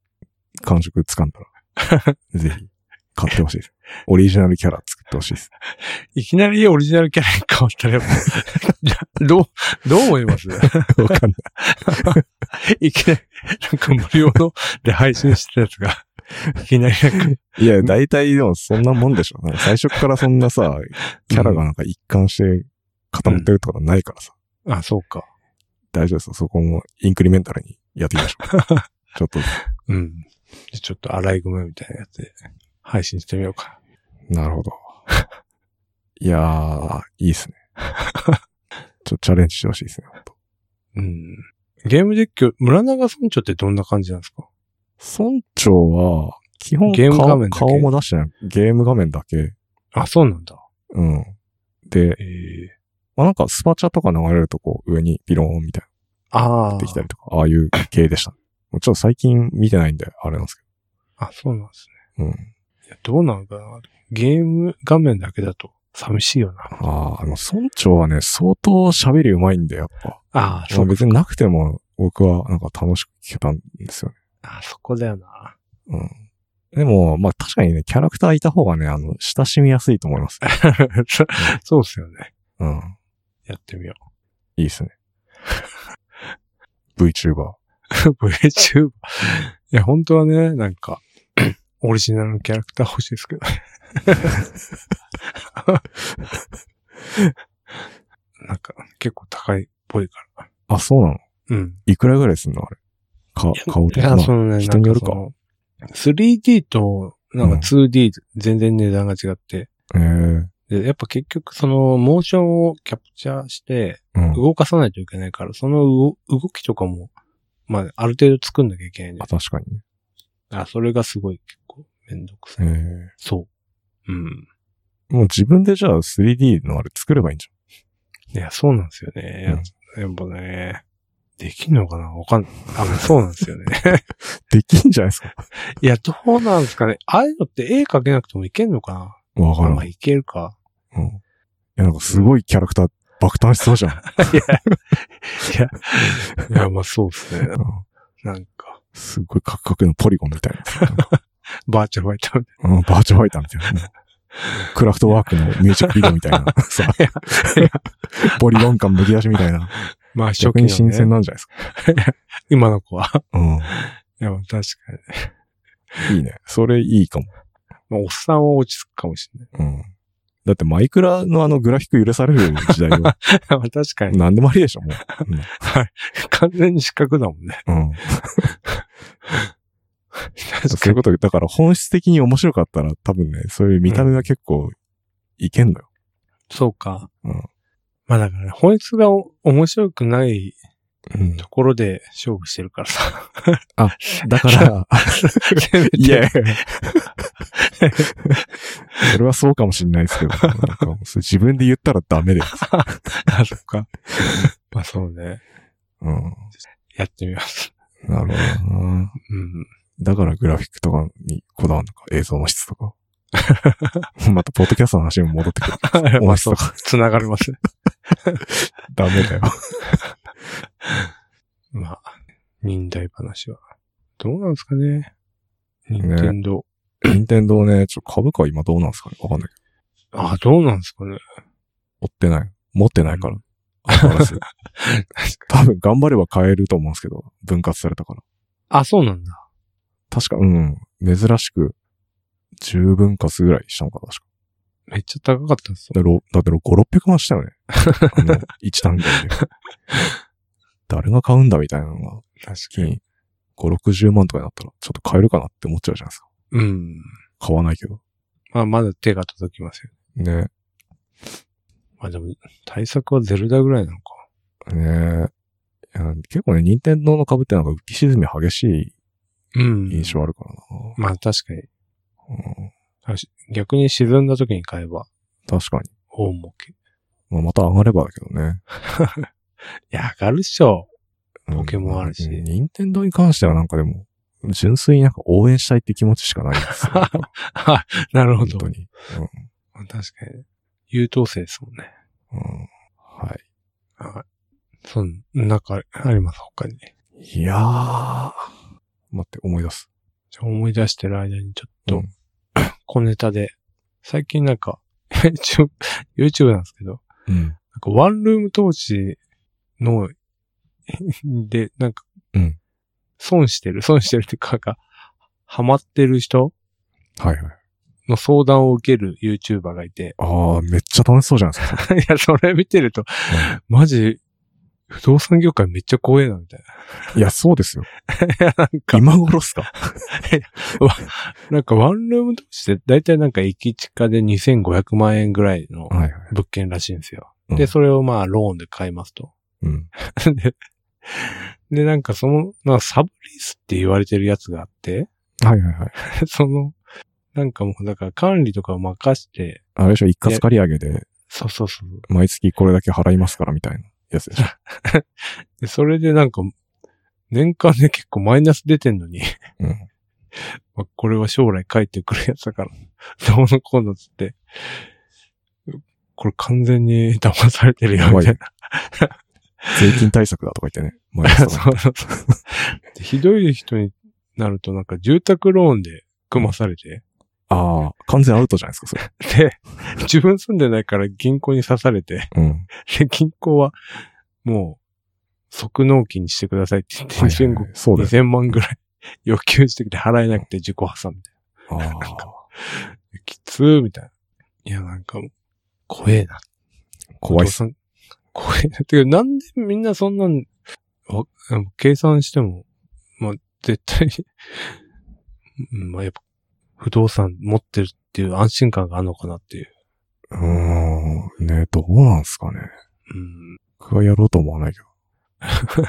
Speaker 2: 感触つかんだ ら、ぜひ、買ってほしいです。オリジナルキャラ作ってほし いです。
Speaker 1: いきなりオリジナルキャラに変わったらやっ ぱ、どう、どう思います
Speaker 2: わかんない。
Speaker 1: いきなり、なんか無料ので配信してたやつが、いきなりなんか、
Speaker 2: いや、大体でもそんなもんでしょ。なんか最初からそんなさ、キャラがなんか一貫して固まってるってことはないからさ。
Speaker 1: あ、そうか。
Speaker 2: 大丈夫ですよ。そこもインクリメンタルにやっていきまし ょう。ちょっと、
Speaker 1: うん。でちょっとアライグマみたいなやつで配信してみようか。
Speaker 2: なるほど。いやー、いいっすね。ちょっとチャレンジしてほしいですね。ほんと
Speaker 1: うん。ゲーム実況、村長村長ってどんな感じなんですか
Speaker 2: 村長は、基本
Speaker 1: ゲーム画面だけ
Speaker 2: 顔顔も出してない。ゲーム画面だけ。
Speaker 1: あ、そうなんだ。
Speaker 2: うん。で、
Speaker 1: ええ
Speaker 2: まあ、なんかスパチャとか流れるとこう上にピローンみたい
Speaker 1: ああ
Speaker 2: な。できたりとか、ああいう系でした。もうちょっと最近見てないんで、あれなんですけ
Speaker 1: あ、そうなんです
Speaker 2: ど。うん。
Speaker 1: ね。いや、どうなのかな。ゲーム画面だけだと寂しいよな。
Speaker 2: ああ、あの、村長はね、相当喋り上手いんで、やっぱ。
Speaker 1: ああ、
Speaker 2: ま
Speaker 1: そ
Speaker 2: あ
Speaker 1: う
Speaker 2: 別になくても、僕はなんか楽しく聞けたんですよね。
Speaker 1: あ、そこだよな。
Speaker 2: でも、まあ確かにね、キャラクターいた方がね、あの、親しみやすいと思 います。
Speaker 1: そそうっすよね。
Speaker 2: うん。
Speaker 1: やってみよ
Speaker 2: いいですね。
Speaker 1: う。
Speaker 2: VTuber。
Speaker 1: VTuber。いや、本当はね、なんか、 オリジナルのキャラクター欲しいですけど。 なんか、結構高いっぽいか
Speaker 2: あ、そうなの
Speaker 1: ら。うん。
Speaker 2: いくらぐらいすんのあれ。か、顔
Speaker 1: い
Speaker 2: 的
Speaker 1: や、
Speaker 2: な。
Speaker 1: そのね、
Speaker 2: 人によるか
Speaker 1: なんその 3D と、なんか 2D、全然値段が違って。
Speaker 2: ええー。
Speaker 1: で、やっぱ結局その、モーションをキャプチャーして、
Speaker 2: うん。
Speaker 1: 動かさないといけないから、その動動きとかも、まあ、ある程度作んなきゃいけないんで
Speaker 2: あ、。確かにね。
Speaker 1: あ、それがすごい結構めんどくさ
Speaker 2: え
Speaker 1: い。
Speaker 2: え
Speaker 1: そう。うん。
Speaker 2: ー。もう自分でじゃあ 3D のあれ作ればいいんじ
Speaker 1: いや、そうなんですよ
Speaker 2: ゃん。うん
Speaker 1: ね。やっぱね、できんのかなわかんない。あ、そうなんですよね。
Speaker 2: できんじゃないですか。
Speaker 1: いや、どうなんですかね。ああいうのって絵描けなくてもいけんのかな
Speaker 2: わから
Speaker 1: まあ、
Speaker 2: ない。
Speaker 1: いける か。
Speaker 2: うん。いや、なんかすごいキャラクター爆誕しそうじゃん。
Speaker 1: いや、いや、まあそうですね
Speaker 2: う。ん
Speaker 1: なんか、
Speaker 2: すごいカクカクのポリゴンみたいな。
Speaker 1: バーチャルファイターみ
Speaker 2: うん、バーチャルファイターみたいな。クラフトワークのミュージックビデオみたいな。さ
Speaker 1: いやいや、
Speaker 2: ポリゴン感むき出しみたいな。
Speaker 1: まあ初
Speaker 2: 逆
Speaker 1: 期
Speaker 2: に新鮮
Speaker 1: の、ね、
Speaker 2: なんじゃないですか。
Speaker 1: 今の子は。
Speaker 2: う
Speaker 1: いや、まあ確かに。
Speaker 2: ん。いいね。それいいかも。
Speaker 1: まあ、おっさんは落ち着くかもしれない。
Speaker 2: うん。だってマイクラのあのグラフィック許される時代は
Speaker 1: まあ確かに。
Speaker 2: 何でもありでしょ、も
Speaker 1: 完全に失格だもん ね。
Speaker 2: う。うん。
Speaker 1: 確か
Speaker 2: そういう
Speaker 1: に。
Speaker 2: こと、だから本質的に面白かったら多分ね、そういう見た目が結構いけんのよ。
Speaker 1: そうか。
Speaker 2: うん。
Speaker 1: まあだから、ね、本質がお面白くない
Speaker 2: うん。
Speaker 1: ところで勝負して るからさ。
Speaker 2: だから、
Speaker 1: せめて
Speaker 2: いやいやそれはそうかもしれないですけど、なんかもうそれ自分で言ったらダメです。
Speaker 1: あ、そっか。まあそうね。
Speaker 2: うん。
Speaker 1: やってみます。
Speaker 2: なるほどな。
Speaker 1: うん。
Speaker 2: だからグラフィックとかにこだわるのか、映像の質とか。 また、ポッドキャストの話にも戻ってくる。音
Speaker 1: まあ
Speaker 2: 質
Speaker 1: そう
Speaker 2: とか、
Speaker 1: つながりますね。
Speaker 2: ダメだよ。
Speaker 1: まあ、忍耐話は。どうなんですかね。任天堂。
Speaker 2: 任天堂ね、ちょ、株価は今どうなんですかねわかんないけ
Speaker 1: あ、どうなんですかね。
Speaker 2: ど。追ってない。持ってないから。相変わらず 多分頑張れば買えると思うんですけど、分割されたから。
Speaker 1: あ、そうなんだ。
Speaker 2: 確か、うん、珍しく、10分割ぐらいしたのかな、確か。
Speaker 1: めっちゃ高かったっす
Speaker 2: だろだって5、600万したよね。あ の、1単元で。誰が買うんだみたいなのが、
Speaker 1: 確
Speaker 2: 金、5、60万とかになったら、ちょっと買えるかなって思っちゃうじゃないですか。
Speaker 1: うん。
Speaker 2: 買わないけど。
Speaker 1: まあ、まだ手が届きません。
Speaker 2: ね。
Speaker 1: まあでも、対策はゼルダぐらいなのか。
Speaker 2: ねいや結構ね、任天堂の株ってなんか浮き沈み激し
Speaker 1: うん
Speaker 2: い印象あるからな。
Speaker 1: まあ確かに。
Speaker 2: うん、
Speaker 1: あし逆に沈んだ時に買えば、
Speaker 2: 確かに。
Speaker 1: 大儲け。い
Speaker 2: まあ、また上がればだけどね。
Speaker 1: や、上がるっしょ。
Speaker 2: うん
Speaker 1: ポケモンあるし
Speaker 2: うん任天堂に関してはなんかでも、純粋になんか応援したいって気持ちしかな いんですよ。
Speaker 1: はい。 なるほ
Speaker 2: 本
Speaker 1: ど。
Speaker 2: 当に。
Speaker 1: まあ確かに。優等生ですもんね。
Speaker 2: うん。はい。
Speaker 1: はい。そんなんかあります、他に。
Speaker 2: いやー。待って、思い出す。
Speaker 1: じゃあ思い出してる間にちょっと、
Speaker 2: うん
Speaker 1: 小ネタで、最近なんか、YouTube、YouTube なんですけど、
Speaker 2: うん。
Speaker 1: なんかワンルーム投資の、 で、なんか、
Speaker 2: うん
Speaker 1: 損してる、損してるっていうか、なんかハマってる人
Speaker 2: はいはい。
Speaker 1: の相談を受ける YouTuber がいて、
Speaker 2: あー、めっちゃ楽しそうじゃないですか。
Speaker 1: いや、それ見てると、マジ、不動産業界めっちゃ怖えな、みたい
Speaker 2: いや、そうですよ。
Speaker 1: な。いや、なんか、
Speaker 2: 今頃っすか
Speaker 1: なんかワンルーム投資って、だいたいなんか駅地下で2500万円ぐらいの
Speaker 2: はいはい。
Speaker 1: 物件らしいんですよ。
Speaker 2: うん
Speaker 1: で、それをまあ、ローンで買いますと。
Speaker 2: うん。
Speaker 1: で、で、なんかその、まあ、サブリースって言われてるやつがあって、
Speaker 2: はいはいはい。
Speaker 1: その、なんかもう、だから管理とかを任して、
Speaker 2: あれでしょ、一括借り上げで、
Speaker 1: そうそうそう。
Speaker 2: 毎月これだけ払いますからみたいなやつでしょ。
Speaker 1: で、それでなんか、年間で結構マイナス出てんのに、
Speaker 2: うん。
Speaker 1: まあこれは将来帰ってくるやつだから、 どうのこうのっつって、これ完全に騙されてるよ、
Speaker 2: やば
Speaker 1: み
Speaker 2: い
Speaker 1: た
Speaker 2: よ
Speaker 1: いな。
Speaker 2: 税金対策だとか言ってね。毎 月
Speaker 1: そうそうそう。でひどい人になると、なんか住宅ローンで組まされて、
Speaker 2: ああ、完全アウトじゃないですか、それ。
Speaker 1: で、自分住んでないから銀行に刺されて、
Speaker 2: うん。
Speaker 1: で、銀行は、もう、即納金にしてくださいって言って、
Speaker 2: はいはい
Speaker 1: 2000
Speaker 2: はいそうだよ。
Speaker 1: 2000万ぐらい 要求してきて払えなくて自己破産みたい
Speaker 2: ああ。
Speaker 1: な。きつーみたいな。いや、なんかもう、怖えな。
Speaker 2: 怖
Speaker 1: お
Speaker 2: いっ
Speaker 1: 父
Speaker 2: す。
Speaker 1: さん怖えな。てか、なんでみんなそんなん、わ計算しても、まあ、絶対、 うんまあ、やっぱ、不動産持ってるっていう安心感があるのかなっていう。
Speaker 2: うーん。ね、どうなんすかね。
Speaker 1: うん
Speaker 2: 僕はやろうと思わないけど。
Speaker 1: っ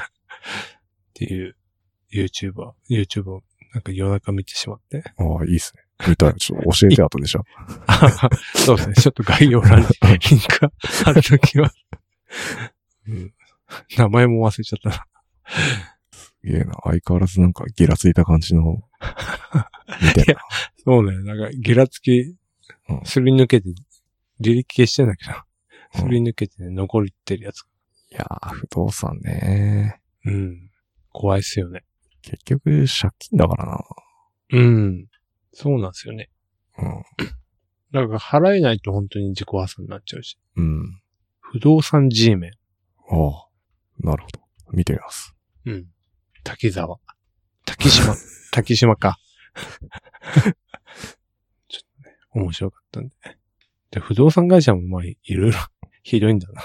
Speaker 1: ていう YouTuber、YouTube をなんか夜中見てしまって。
Speaker 2: ああ、いいっすね。見 たい。ちょっと教えて、後でしょ。
Speaker 1: そうですね。ちょっと概要欄にリンクがあるときは、うん名前も忘れちゃったな。
Speaker 2: すげえな。相変わらずなんかギラついた感じの、みたい
Speaker 1: いやそうね。なんか、ゲラつき
Speaker 2: うん、
Speaker 1: すり抜けて、履歴消してんだけど、
Speaker 2: な。
Speaker 1: す
Speaker 2: うん
Speaker 1: り抜けて、ね、残ってるやつ。
Speaker 2: いやー、不動産ね。
Speaker 1: うん。怖いっすよね。
Speaker 2: 結局、借金だからな。
Speaker 1: うん。そうなんですよね。なんか、払えないと本当に自己破産になっちゃうし。
Speaker 2: うん。うん。
Speaker 1: 不動産 G メン。
Speaker 2: ああ。なるほど。見てみます。
Speaker 1: うん。滝沢。滝 島。滝島か。ちょっとね、面白かったんで。で、不動産会社もまあ、いろい ろ、ひどいんだな。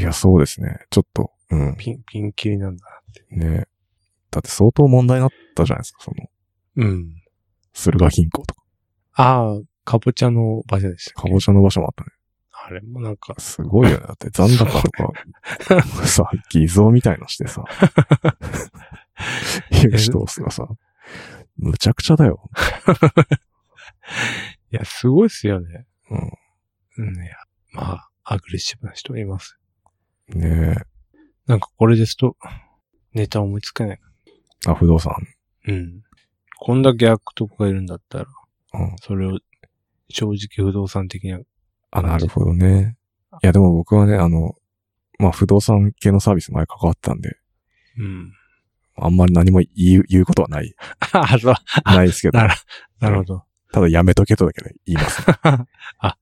Speaker 2: いや、そうですね。ちょっと、うん。
Speaker 1: ピン、ピンキリなんだなって。
Speaker 2: ね。だって相当問題になったじゃないですか、その、
Speaker 1: うん。
Speaker 2: 駿河銀行とか。
Speaker 1: ああ、かぼちゃの場所でしたっ
Speaker 2: か
Speaker 1: け。
Speaker 2: ぼちゃの場所もあったね。
Speaker 1: あれもなんか、
Speaker 2: すごいよね。だって残高とか、さ、偽造みたいのし てさ、いう人がさ、むちゃくちゃだよ。
Speaker 1: いや、すごいっすよね。
Speaker 2: うん。
Speaker 1: うん、いや、まあ、アグレッシブな人います。
Speaker 2: ね
Speaker 1: なんかこれですと、ネタ思いつかない。
Speaker 2: え。あ、不動産。
Speaker 1: うん。こんだけ悪徳がいるんだったら、
Speaker 2: うん。
Speaker 1: それを、正直不動産的な、
Speaker 2: あ、なるほどね。いや、でも僕はね、あの、まあ、不動産系のサービス前関わってたんで、
Speaker 1: うん。
Speaker 2: あんまり何も言う、言うことはない。
Speaker 1: あ、そう。
Speaker 2: ないですけど
Speaker 1: な。るなるほど。
Speaker 2: ただやめとけとだけで言い ます。
Speaker 1: わか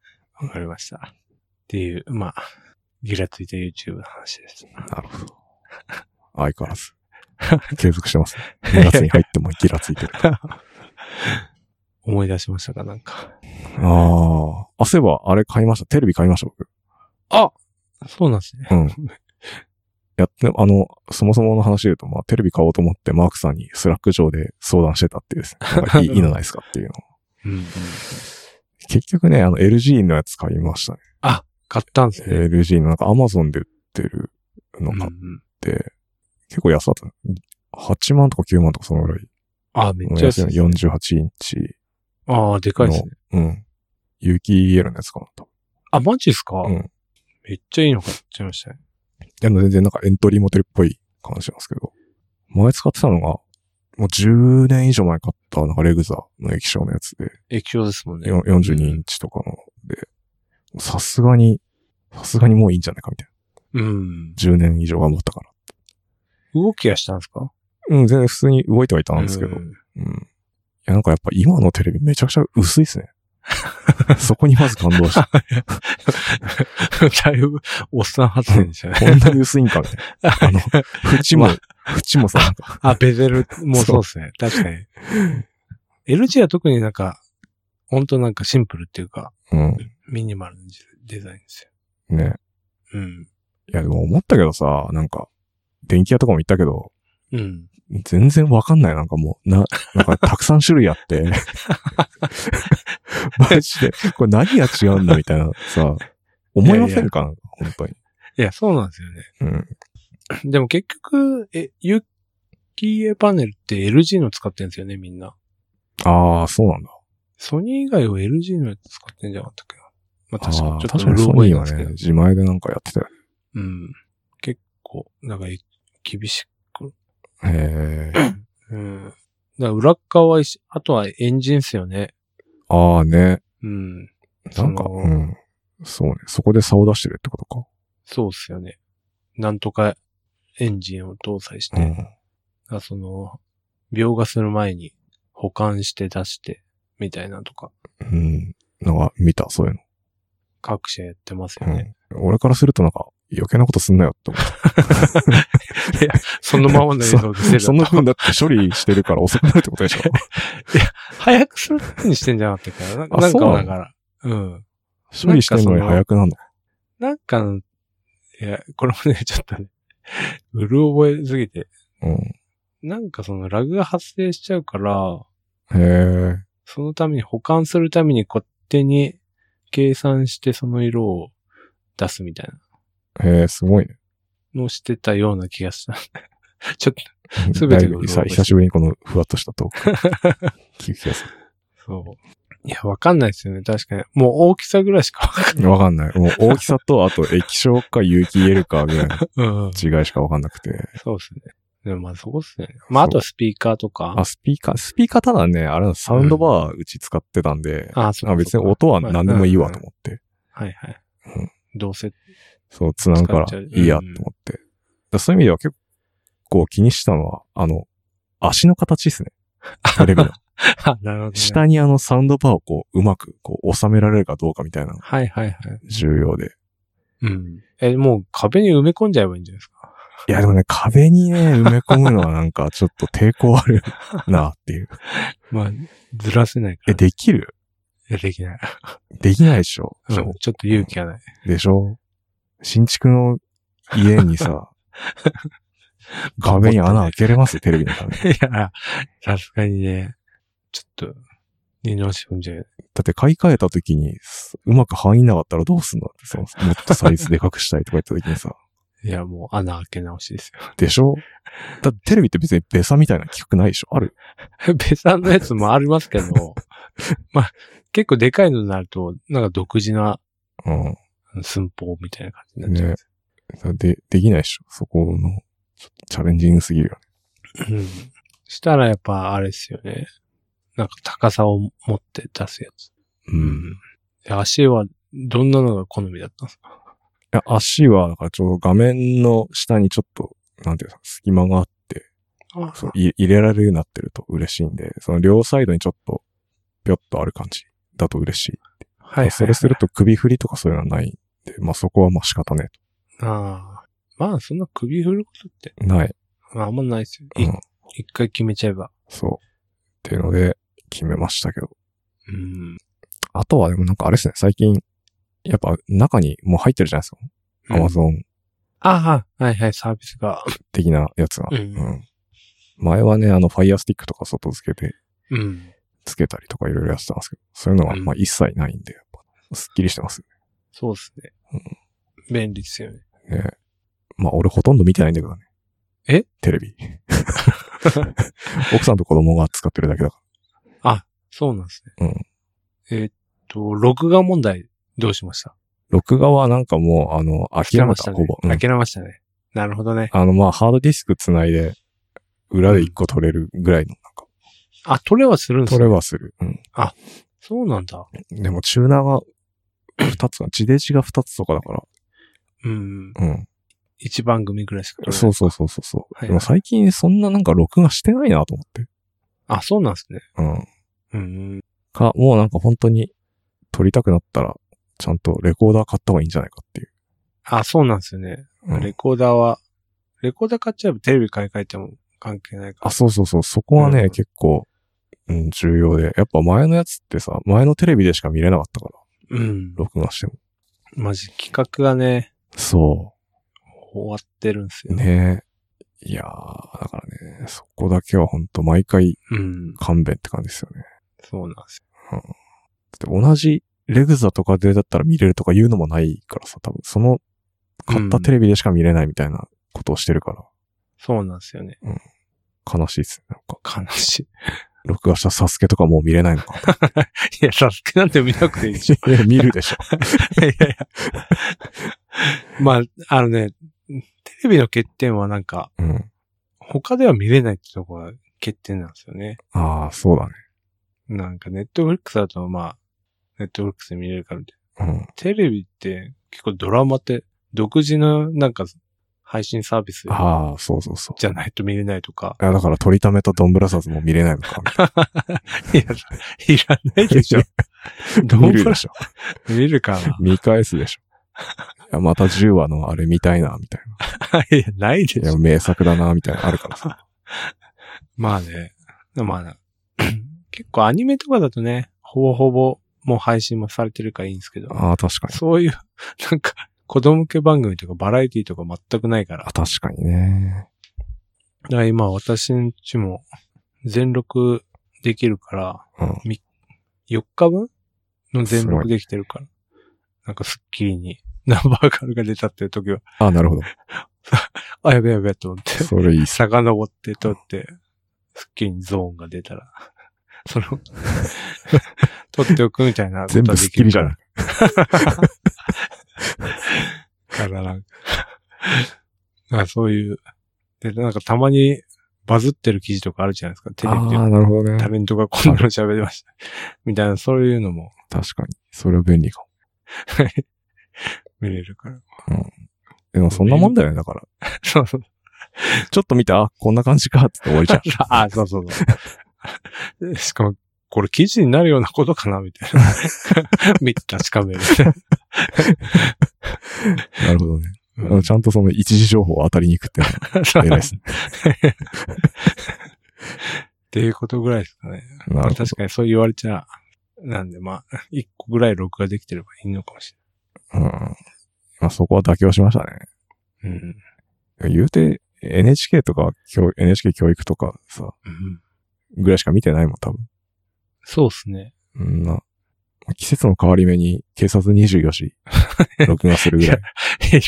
Speaker 1: りました。っていう、まあ、ギラついた YouTube の話です。
Speaker 2: なるほど。相変わらず。継続してます。2月に入ってもギラつ いてる。
Speaker 1: 思い出しましたかなんか。
Speaker 2: ああ。あ、そういえば、あれ買いました。テレビ買いました、僕。
Speaker 1: そうなんですね。
Speaker 2: うん。やって、あの、そもそもの話で言うと、まあ、テレビ買おうと思って、マークさんにスラック上で相談してたっていうです ね。なんかいいいいのないですかっていうのを。
Speaker 1: うん、うん。
Speaker 2: 結局ね、あの、LG のやつ買いましたね。
Speaker 1: 買ったんですね。
Speaker 2: LG のなんか Amazon で売ってるの買っ
Speaker 1: うんうん
Speaker 2: て、結構安かった。8万とか9万とかそのぐらい。
Speaker 1: あ、めっちゃ安いですね。
Speaker 2: 48インチ
Speaker 1: ああ、でかいですね。
Speaker 2: うん。有機 EL のやつかなと。
Speaker 1: あ、マジですか、
Speaker 2: うん
Speaker 1: めっちゃいいの買っちゃいましたね。
Speaker 2: でも全然なんかエントリーモデルっぽい感じなんですけど。前使ってたのが、もう10年以上前買った、なんかレグザの液晶のやつで、
Speaker 1: 液晶ですもんね。
Speaker 2: よ42インチとかので、さすがに、さすがにもういいんじゃないかみたい
Speaker 1: うん。
Speaker 2: な。10年以上頑張ったから。
Speaker 1: 動きはしたんですか
Speaker 2: うん、全然普通に動いてはいたんですけど。
Speaker 1: うん
Speaker 2: うん。いや、なんかやっぱ今のテレビめちゃくちゃ薄いですね。 そこにまず感動した。
Speaker 1: だいぶ、おっさん発言でしたね。
Speaker 2: こんなに薄いんかみたいな。あの、縁も、縁もさ、なんか、
Speaker 1: あ、ベゼルもそうですね。確 かに。LG は特になんか、ほんとなんかシンプルっていうか、
Speaker 2: うん。
Speaker 1: ミニマルなデザインですよ。
Speaker 2: ね。
Speaker 1: うん。
Speaker 2: いや、でも思ったけどさ、なんか、電気屋とかも行ったけど、
Speaker 1: うん。
Speaker 2: 全然わかんない。なんかもう、な、なんかたくさん種類あって。 マジで、これ何が違うんだみたいなさ、思いませんかなんか、本
Speaker 1: いや、そうなんですよね。
Speaker 2: 当に。うん。
Speaker 1: でも結局、え、有機 A パネルって LG の使ってるんですよね、みんな。
Speaker 2: ああ、そうなんだ。
Speaker 1: ソニー以外は LG のやつ使ってんじゃなかったっけな。まあ確か
Speaker 2: あ
Speaker 1: に
Speaker 2: ー
Speaker 1: ちょっ
Speaker 2: 確
Speaker 1: と
Speaker 2: か
Speaker 1: う
Speaker 2: に
Speaker 1: ろ
Speaker 2: ソ
Speaker 1: 覚え
Speaker 2: ニー
Speaker 1: なん
Speaker 2: は
Speaker 1: ですけ
Speaker 2: ね
Speaker 1: ど。、
Speaker 2: 自前でなんかやってたよ。
Speaker 1: うん。結構、なんかい、厳しく。
Speaker 2: へえ。
Speaker 1: うん。だから裏っ側は一緒、あとはエンジンっすよね。
Speaker 2: ああね。
Speaker 1: うん。
Speaker 2: なんか、
Speaker 1: その
Speaker 2: うん。そうね。そこで差を出してるってことか。
Speaker 1: そうっすよね。なんとかエンジンを搭載して、
Speaker 2: う
Speaker 1: だ
Speaker 2: ん。
Speaker 1: からその、描画する前に保管して出して、みたいなとか、
Speaker 2: うん。なんか、見た、そういうの。
Speaker 1: 各社やってますよ
Speaker 2: う
Speaker 1: ね。
Speaker 2: ん。俺からするとなんか、余計なことすんなよって思う。
Speaker 1: そのままの映像を見せる
Speaker 2: その分だって処理してるから遅くなるってこと でしょ
Speaker 1: 早くするようにしてんじゃなかったっけな。な
Speaker 2: あ
Speaker 1: なん
Speaker 2: そう
Speaker 1: か
Speaker 2: なの
Speaker 1: だから。うん。
Speaker 2: 処理してるのに早くなるの。
Speaker 1: なんか、いや、これもね、ちょっとね、うる覚えすぎて。
Speaker 2: うん。
Speaker 1: なんかそのラグが発生しちゃうから、
Speaker 2: へえ。
Speaker 1: そのために保管するために勝手に計算してその色を出すみたい
Speaker 2: へえ、すごいね。
Speaker 1: なのをしてたような気がした。ちょっと、全てが
Speaker 2: だいぶさ久しぶりにこのふわっとしたト ーク。聞く気がす
Speaker 1: そう。いや、わかんないですよね。確かに。もう大きさぐらいしかわかん
Speaker 2: る。わかんない。もう大きさと、あと液晶か有機 EL かぐらい
Speaker 1: うん。
Speaker 2: の違いしかわかんなくて。
Speaker 1: そうですね。でもまあそこっすね。まああとはスピーカーとか。
Speaker 2: あ、スピーカー、スピーカーただね、あれのサウンドバーうち使ってたんで、
Speaker 1: あ、そう
Speaker 2: あ
Speaker 1: か
Speaker 2: 別に音は何でもいいわと思って、
Speaker 1: はいはい。
Speaker 2: うん
Speaker 1: どうせ。
Speaker 2: そう、繋ぐからいいやと思って。だからそういう意味では結構気にしたのは、あの、足の形です ね。テレビの。
Speaker 1: あ、なるほど、ね。
Speaker 2: 下にあのサウンドバーをこう、うまくこう、収められるかどうかみたいなのが
Speaker 1: はいはいはい。
Speaker 2: 重要で。
Speaker 1: うん。え、もう壁に埋め込んじゃえばいいんじゃないですか。
Speaker 2: いや、でもね、壁にね、埋め込むのはなんかちょっと抵抗あるなって いう。
Speaker 1: まあ、ずらせないか
Speaker 2: え、
Speaker 1: ら。
Speaker 2: できる
Speaker 1: いやできない。
Speaker 2: できないでしょ。
Speaker 1: うんちょっと勇気が ない。
Speaker 2: でしょ新築の家に さ、壁に穴開けれますテレビのために。
Speaker 1: いや、さすがにね、ちょっと、二の足踏んじゃう。
Speaker 2: だって買い替えた時に、すうまく入んなかったらどうすんだってさ、もっとサイズでかくしたいとか言った時にさ、
Speaker 1: いや、もう穴開け直しですよ。
Speaker 2: でしょ だってテレビって別にベサみたいな企画ないでしょある
Speaker 1: ベサのやつもありますけど、結構でかいのになると、なんか独自な
Speaker 2: うん。
Speaker 1: 寸法みたいな感じになっちゃう。
Speaker 2: で、できないでしょ。そこの、ちょっとチャレンジングすぎるよ
Speaker 1: うん。したらやっぱあれですよね。なんか高さを持って出すやつ。
Speaker 2: ね。い
Speaker 1: で足はどんなのが好みだったんですか
Speaker 2: や、足は、なんかちょうど画面の下にちょっと、なんていうの、隙間があって、
Speaker 1: あ
Speaker 2: そう、い入れられるようになってると嬉しいんで、その両サイドにちょっと、ぴょっとある感じだと嬉しい。
Speaker 1: はい、はい。
Speaker 2: それすると首振りとかそういうのはないんで、まあそこはまあ仕方ね
Speaker 1: ああ。まあ、そんな首振ることって、
Speaker 2: えと。ない。
Speaker 1: まあ、あんまないですよ。
Speaker 2: う
Speaker 1: い
Speaker 2: ん。
Speaker 1: 一、回決めちゃえば。
Speaker 2: そう。っていうので、決めましたけど。
Speaker 1: うん。
Speaker 2: あとはでもなんかあれですね、最近、やっぱ中にもう入ってるじゃないですか。アマゾン
Speaker 1: ああ、はいはい、サービスが。
Speaker 2: 的なやつが。
Speaker 1: うん
Speaker 2: 前はね、あの、ファイヤースティックとか外付けて、
Speaker 1: うん。
Speaker 2: つけたりとかいろいろやってたんですけど、そういうのは
Speaker 1: うん
Speaker 2: まあ一切ないんで、やっぱ、すっきりしてます
Speaker 1: そうですね。
Speaker 2: う
Speaker 1: 便利ですよね。
Speaker 2: ね。ねまあ俺ほとんど見てないんだけどね。
Speaker 1: え
Speaker 2: テレビ。奥さんと子供が使ってるだけだか
Speaker 1: そうなんです
Speaker 2: ら。
Speaker 1: ね。
Speaker 2: うん。
Speaker 1: えーっと、録画問題、どうしました
Speaker 2: 録画はなんかもう、あの、
Speaker 1: 諦め
Speaker 2: 諦め、
Speaker 1: ましたたね
Speaker 2: ほぼ。うん
Speaker 1: 諦めましたね。なるほどね。
Speaker 2: あの、まあ、ハードディスクつないで、裏で一個取れるぐらいの、なんか、
Speaker 1: あ、取れはするんです
Speaker 2: 取
Speaker 1: ね
Speaker 2: れはする。うん。
Speaker 1: そうなんだ。
Speaker 2: でも、チューナ ーが二つか、地デジが二つとかだか
Speaker 1: うん。
Speaker 2: ら。うん。
Speaker 1: 一番組ぐらいしか取れない
Speaker 2: そうそうそうそうそう。
Speaker 1: はいはい
Speaker 2: でも最近そんななんか録画してないなと思って。
Speaker 1: あ、そうなんですね。
Speaker 2: うん。
Speaker 1: うん。
Speaker 2: か、もうなんか本当に撮りたくなったら、ちゃんとレコーダー買った方がいいんじゃないかっていう。
Speaker 1: あ、そうなんですよね。
Speaker 2: うん
Speaker 1: レコーダーは、レコーダー買っちゃえばテレビ買い替えても関係ないから。
Speaker 2: あ、そうそうそう。そこはね、
Speaker 1: うん
Speaker 2: 結構、うん、重要で。やっぱ前のやつってさ、前のテレビでしか見れなかったから、
Speaker 1: うん。
Speaker 2: 録画しても。
Speaker 1: マジ企画がね、
Speaker 2: そ
Speaker 1: 終わってるんです
Speaker 2: う。
Speaker 1: よ。
Speaker 2: ねいやー、だからね、そこだけは本当毎回
Speaker 1: うん。
Speaker 2: 勘弁って感じですよね。
Speaker 1: そうなんです
Speaker 2: だって同じレグザとかでだったら見れるとか言うのもないからさ、多分その買ったテレビでしか見れないみたいなことをしてるから、
Speaker 1: よ。そうなんですよね。
Speaker 2: 悲しいですね。なんか、
Speaker 1: 悲しい。
Speaker 2: 録画したサスケとかもう見れないのか。
Speaker 1: いや、サスケなんて 見なくていいでしょ。
Speaker 2: いや見るでしょ。
Speaker 1: いやいや。まあ、あのね、テレビの欠点はなんか、
Speaker 2: うん。
Speaker 1: 他では見れないってとこが欠点なんですよね。
Speaker 2: ああ、そうだね。
Speaker 1: なんかネットフリックスだとまあ、ネットフリックスで見れるからみたいな
Speaker 2: うん。
Speaker 1: テレビって結構ドラマって独自のなんか配信サービス
Speaker 2: ああ、そうそうそう。
Speaker 1: じゃないと見れないとか。
Speaker 2: いや、だから、取りためとドンブラザーズも見れないのか。
Speaker 1: いや、いらないでしょ。ど
Speaker 2: 見
Speaker 1: う
Speaker 2: る
Speaker 1: か
Speaker 2: でしょ。
Speaker 1: 見るか
Speaker 2: 見返すでしょ。いや、また10話のあれ見たいな、みたい
Speaker 1: な。 いや、ないで
Speaker 2: な。い
Speaker 1: し
Speaker 2: や、
Speaker 1: ょ。
Speaker 2: 名作だな、みたいなのあるからさ。
Speaker 1: まあね。 まあな結構アニメとかだとね、ほぼほぼもう配信もされてるからいいんですけど、
Speaker 2: ああ、確かに。
Speaker 1: そう いう、なんか、子供向け番組とかバラエティとか全くないから。
Speaker 2: あ、確かにね。
Speaker 1: だから今私んちも全録できるから、
Speaker 2: うん。
Speaker 1: 4日分の全録できてるから。なんかスッキリに ナンバーカルが出たっていう時は、
Speaker 2: ああ、なるほど。
Speaker 1: あ、やべやべと思って、
Speaker 2: それいい っす。
Speaker 1: 遡って撮って、スッキリにゾーンが出たら、 その、 撮っておくみたいなこと
Speaker 2: 全
Speaker 1: は
Speaker 2: 部ス
Speaker 1: で
Speaker 2: ッ
Speaker 1: き
Speaker 2: キリ
Speaker 1: る
Speaker 2: じ
Speaker 1: か
Speaker 2: ゃ
Speaker 1: ら
Speaker 2: ない。。
Speaker 1: からなんか、 なんかそういう、で、なんかたまにバズってる記事とかあるじゃないですか、テレビで
Speaker 2: あ。あ、なるほどね。
Speaker 1: タレントがこんなの喋りました。みたいな、そういうのも
Speaker 2: 確かに。それは便利かも。
Speaker 1: 見れるから。
Speaker 2: でもそんなもんだよね、だから。
Speaker 1: そうそう。
Speaker 2: ちょっと見て、あ、こんな感じか、って終わりじゃん。
Speaker 1: あ、そうそうそう。 しかも、これ記事になるようなことかなみたいな。 見て確かめる。
Speaker 2: なるほどね。あ
Speaker 1: う
Speaker 2: の
Speaker 1: ん
Speaker 2: ちゃんとその一時情報を当たりに行くっていう
Speaker 1: そ
Speaker 2: の は偉い
Speaker 1: う
Speaker 2: ですね。
Speaker 1: っていうことぐらいですかね。
Speaker 2: なるほど。
Speaker 1: 確かにそう言われちゃ、なんでまあ、一個ぐらい録画できてればいいのかもし
Speaker 2: うん。まあそこは妥協しましたね。
Speaker 1: れない。うん。
Speaker 2: 言うて、NHK とか教、NHK 教育とかさ、
Speaker 1: うん、
Speaker 2: ぐらいしか見てないもん、多分。
Speaker 1: そうですね。
Speaker 2: うんな。季節の変わり目に警察24時、 録画するぐらい。
Speaker 1: いらい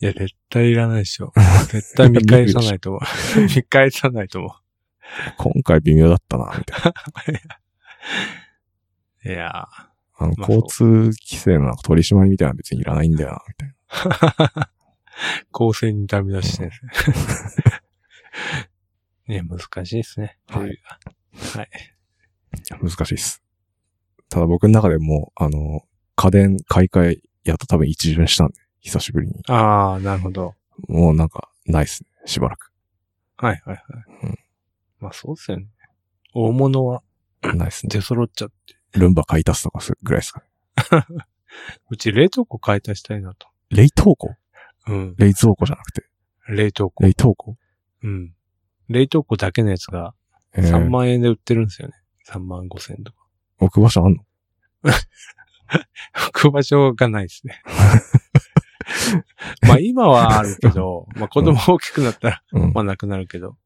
Speaker 1: や、絶対いらないで しょ。絶対見返さないと思う。見返さないと思う。
Speaker 2: 今回微妙だったな、みたい
Speaker 1: いや
Speaker 2: あの、
Speaker 1: まあそう
Speaker 2: 交通規制のなんか取り締まりみたいなの別にいらないんだよな、みたいな。
Speaker 1: ー、光線にダメ出ししてるんですね。ね、難しいですね。
Speaker 2: はい
Speaker 1: い。はい。
Speaker 2: 難しいっす。ただ僕の中でもう、あの、家電買い替え、やっと多分一巡したんで、久しぶりに。
Speaker 1: ああ、なるほど。
Speaker 2: もうなんか、ないっすね、しばらく。
Speaker 1: はいはいはい。
Speaker 2: うん
Speaker 1: まあそうですよね。大物は
Speaker 2: ないっすね。
Speaker 1: 出揃っちゃって。
Speaker 2: ルンバ買い足すとかするぐらいですかね。
Speaker 1: うち冷凍庫買い足したいなと。
Speaker 2: 冷凍庫
Speaker 1: うん。
Speaker 2: 冷蔵庫じゃなくて。
Speaker 1: 冷凍庫。
Speaker 2: 冷凍庫
Speaker 1: うん。冷凍庫だけのやつが
Speaker 2: えー
Speaker 1: 3万円で売ってるんですよね。3万5千とか。
Speaker 2: 置く場所あんの
Speaker 1: 置く場所がないですね。 まあ今はあるけど、まあ子供大きくなったら、
Speaker 2: うん。
Speaker 1: まあなくなるけど。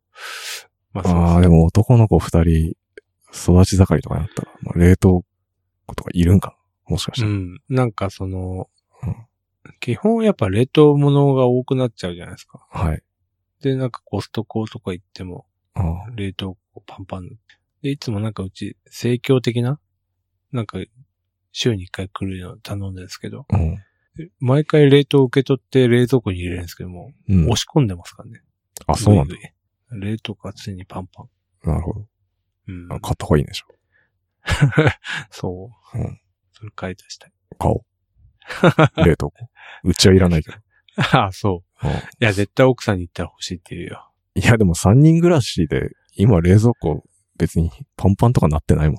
Speaker 1: まあそう
Speaker 2: ああ、
Speaker 1: で
Speaker 2: でも男の子二人、育ち盛りとかになったら、まあ冷凍庫とかいるんかなもしかし
Speaker 1: す
Speaker 2: た
Speaker 1: ね。
Speaker 2: ら。
Speaker 1: うん。なんかその
Speaker 2: うん、
Speaker 1: 基本やっぱ冷凍物が多くなっちゃうじゃないですか。
Speaker 2: はい。
Speaker 1: で、なんかコストコとか行っても、
Speaker 2: ああ
Speaker 1: 冷凍庫パンパン。で、いつもなんかうち、盛況的な、なんか、週に一回来るような頼んだんですけど、
Speaker 2: うん。
Speaker 1: 毎回冷凍を受け取って冷蔵庫に入れるんですけども、
Speaker 2: うん
Speaker 1: 押。し込んでますからね。
Speaker 2: あ、そうなんだ。
Speaker 1: ぐいぐい冷凍庫は常にパンパン。
Speaker 2: なるほど。
Speaker 1: うん
Speaker 2: あ。買った方がいいんでしょ。
Speaker 1: そう。
Speaker 2: うん
Speaker 1: それ買い出したい。
Speaker 2: 買おう。冷凍庫。うちはいらないけど。
Speaker 1: ああ、そう。
Speaker 2: う
Speaker 1: い
Speaker 2: ん
Speaker 1: や、絶対奥さんに言ったら欲しいって言うよ。
Speaker 2: いや、でも三人暮らしで、今冷蔵庫別にパンパンとかなってないもん。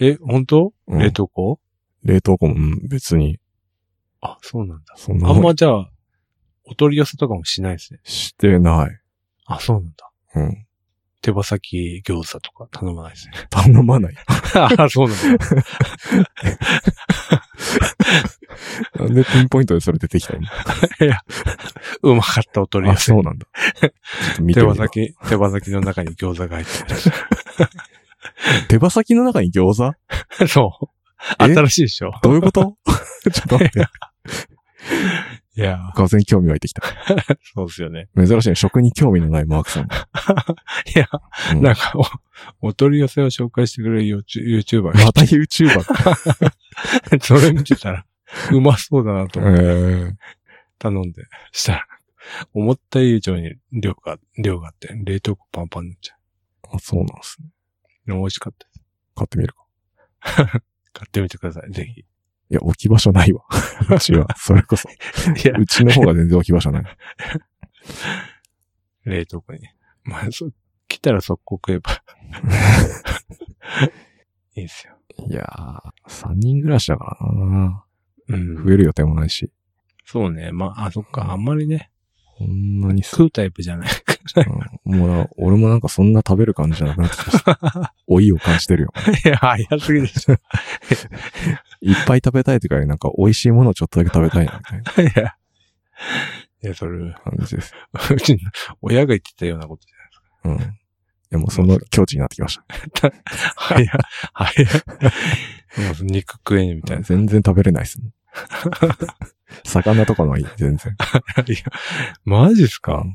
Speaker 1: え、本当、
Speaker 2: うん
Speaker 1: 冷凍庫
Speaker 2: 冷凍庫もうん別に、
Speaker 1: あ、そうなんだ。
Speaker 2: そんな
Speaker 1: あん
Speaker 2: もん
Speaker 1: まじゃあ、お取り寄せとかもしないですね。
Speaker 2: してない。
Speaker 1: あ、そうなんだ。
Speaker 2: うん。
Speaker 1: 手羽先餃子とか頼まないですね。
Speaker 2: 頼まない。
Speaker 1: ああ、そうなんだ。
Speaker 2: なんでピンポイントでそれ出てきた今。
Speaker 1: うまかった、お取り
Speaker 2: あ、
Speaker 1: 寄せ
Speaker 2: そ。うなんだ。ちょっと見て
Speaker 1: 手
Speaker 2: みよ
Speaker 1: 羽
Speaker 2: う
Speaker 1: 先、手羽先の中に餃子が入って
Speaker 2: 手羽先の中に餃子
Speaker 1: る。 そう。
Speaker 2: え
Speaker 1: 新しいでしょ。
Speaker 2: どういうこと ちょっと待って。
Speaker 1: いや
Speaker 2: 完全に興味湧いてきた。
Speaker 1: ー、そうですよね。
Speaker 2: 珍しいね。食に興味の ないマークさん。
Speaker 1: いや、
Speaker 2: うん
Speaker 1: なんかお、お取り寄せを紹介してくれる YouTuber
Speaker 2: また YouTuber か。
Speaker 1: が、 それ見てたら、うまそうだな
Speaker 2: え
Speaker 1: と
Speaker 2: ー、
Speaker 1: 頼んで、したら、思った以上に量が、量があって、冷凍庫パンパンになっちゃ
Speaker 2: あそうなんですね。
Speaker 1: う。でも美味しかったです。
Speaker 2: 買ってみるか。
Speaker 1: 買ってみてください、ぜひ。
Speaker 2: いや、置き場所ないわ。 うちは。それこそ。
Speaker 1: いや、
Speaker 2: うちの方が全然置き場所ない。
Speaker 1: 冷凍庫に。まあ、そう、来たら速攻食え ば。いいですよ。
Speaker 2: いやー、三人暮らしだからな
Speaker 1: うん。
Speaker 2: 増える予定もないし。
Speaker 1: そうね。まあ、あ、そっか。あんまりね、
Speaker 2: こんなにす、
Speaker 1: 食うタイプじゃない。
Speaker 2: うんもうな、俺もなんかそんな食べる感じじゃなくなってきた。 老いを感じてるよ。
Speaker 1: いや、早すぎでしょ。い
Speaker 2: いっぱい食べたいというかよりなんか美味しいものをちょっとだけ食べたいな、みたいな
Speaker 1: や。いや、それ、
Speaker 2: 感じです。
Speaker 1: うちの親が言ってたようなことじ
Speaker 2: うん。いや、もうその境地になってきま した。
Speaker 1: ゃない。早、早。もう肉食えねえみ たいな。い
Speaker 2: 全然食べれないですもん。 魚とかのはいい、全然。
Speaker 1: や、マジっすか
Speaker 2: い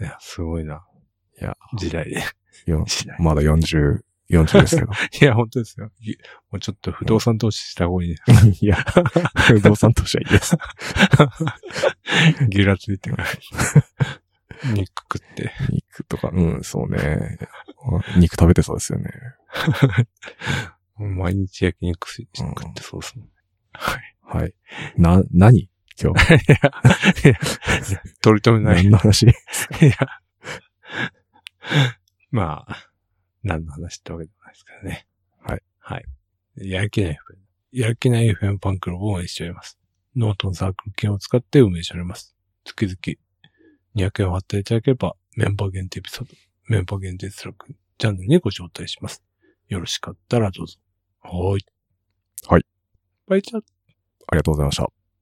Speaker 1: いや、すごいな。
Speaker 2: いや、
Speaker 1: 時代。
Speaker 2: や、
Speaker 1: 時代。
Speaker 2: まだ40、40ですけ ど。
Speaker 1: いや、本当ですよ。いもうちょっと不動産投資した方がいいね。
Speaker 2: いや、不動産としてはいいです。
Speaker 1: ギラつい てくる。肉食って。
Speaker 2: 肉とか、うん、そうね。肉食べてそうですよね。
Speaker 1: 毎日焼肉し
Speaker 2: うん
Speaker 1: 食ってそうっすね。
Speaker 2: はい。な、何今日。
Speaker 1: 取り留めない。い
Speaker 2: 何の話
Speaker 1: や。まあ、何の話ってわけでもないですけどね。
Speaker 2: はい。
Speaker 1: はい。やる気ない FM。やる気ない FM パンクロブを応援しております。ノートのサークル券を使って運営しております。月々200円を貼っていただければ、メンバー限定エピソード、メンバー限定スラックチャンネルにご招待します。よろしかったらどうぞ。はーい。
Speaker 2: はい。
Speaker 1: バイチャー
Speaker 2: ありがとうございました。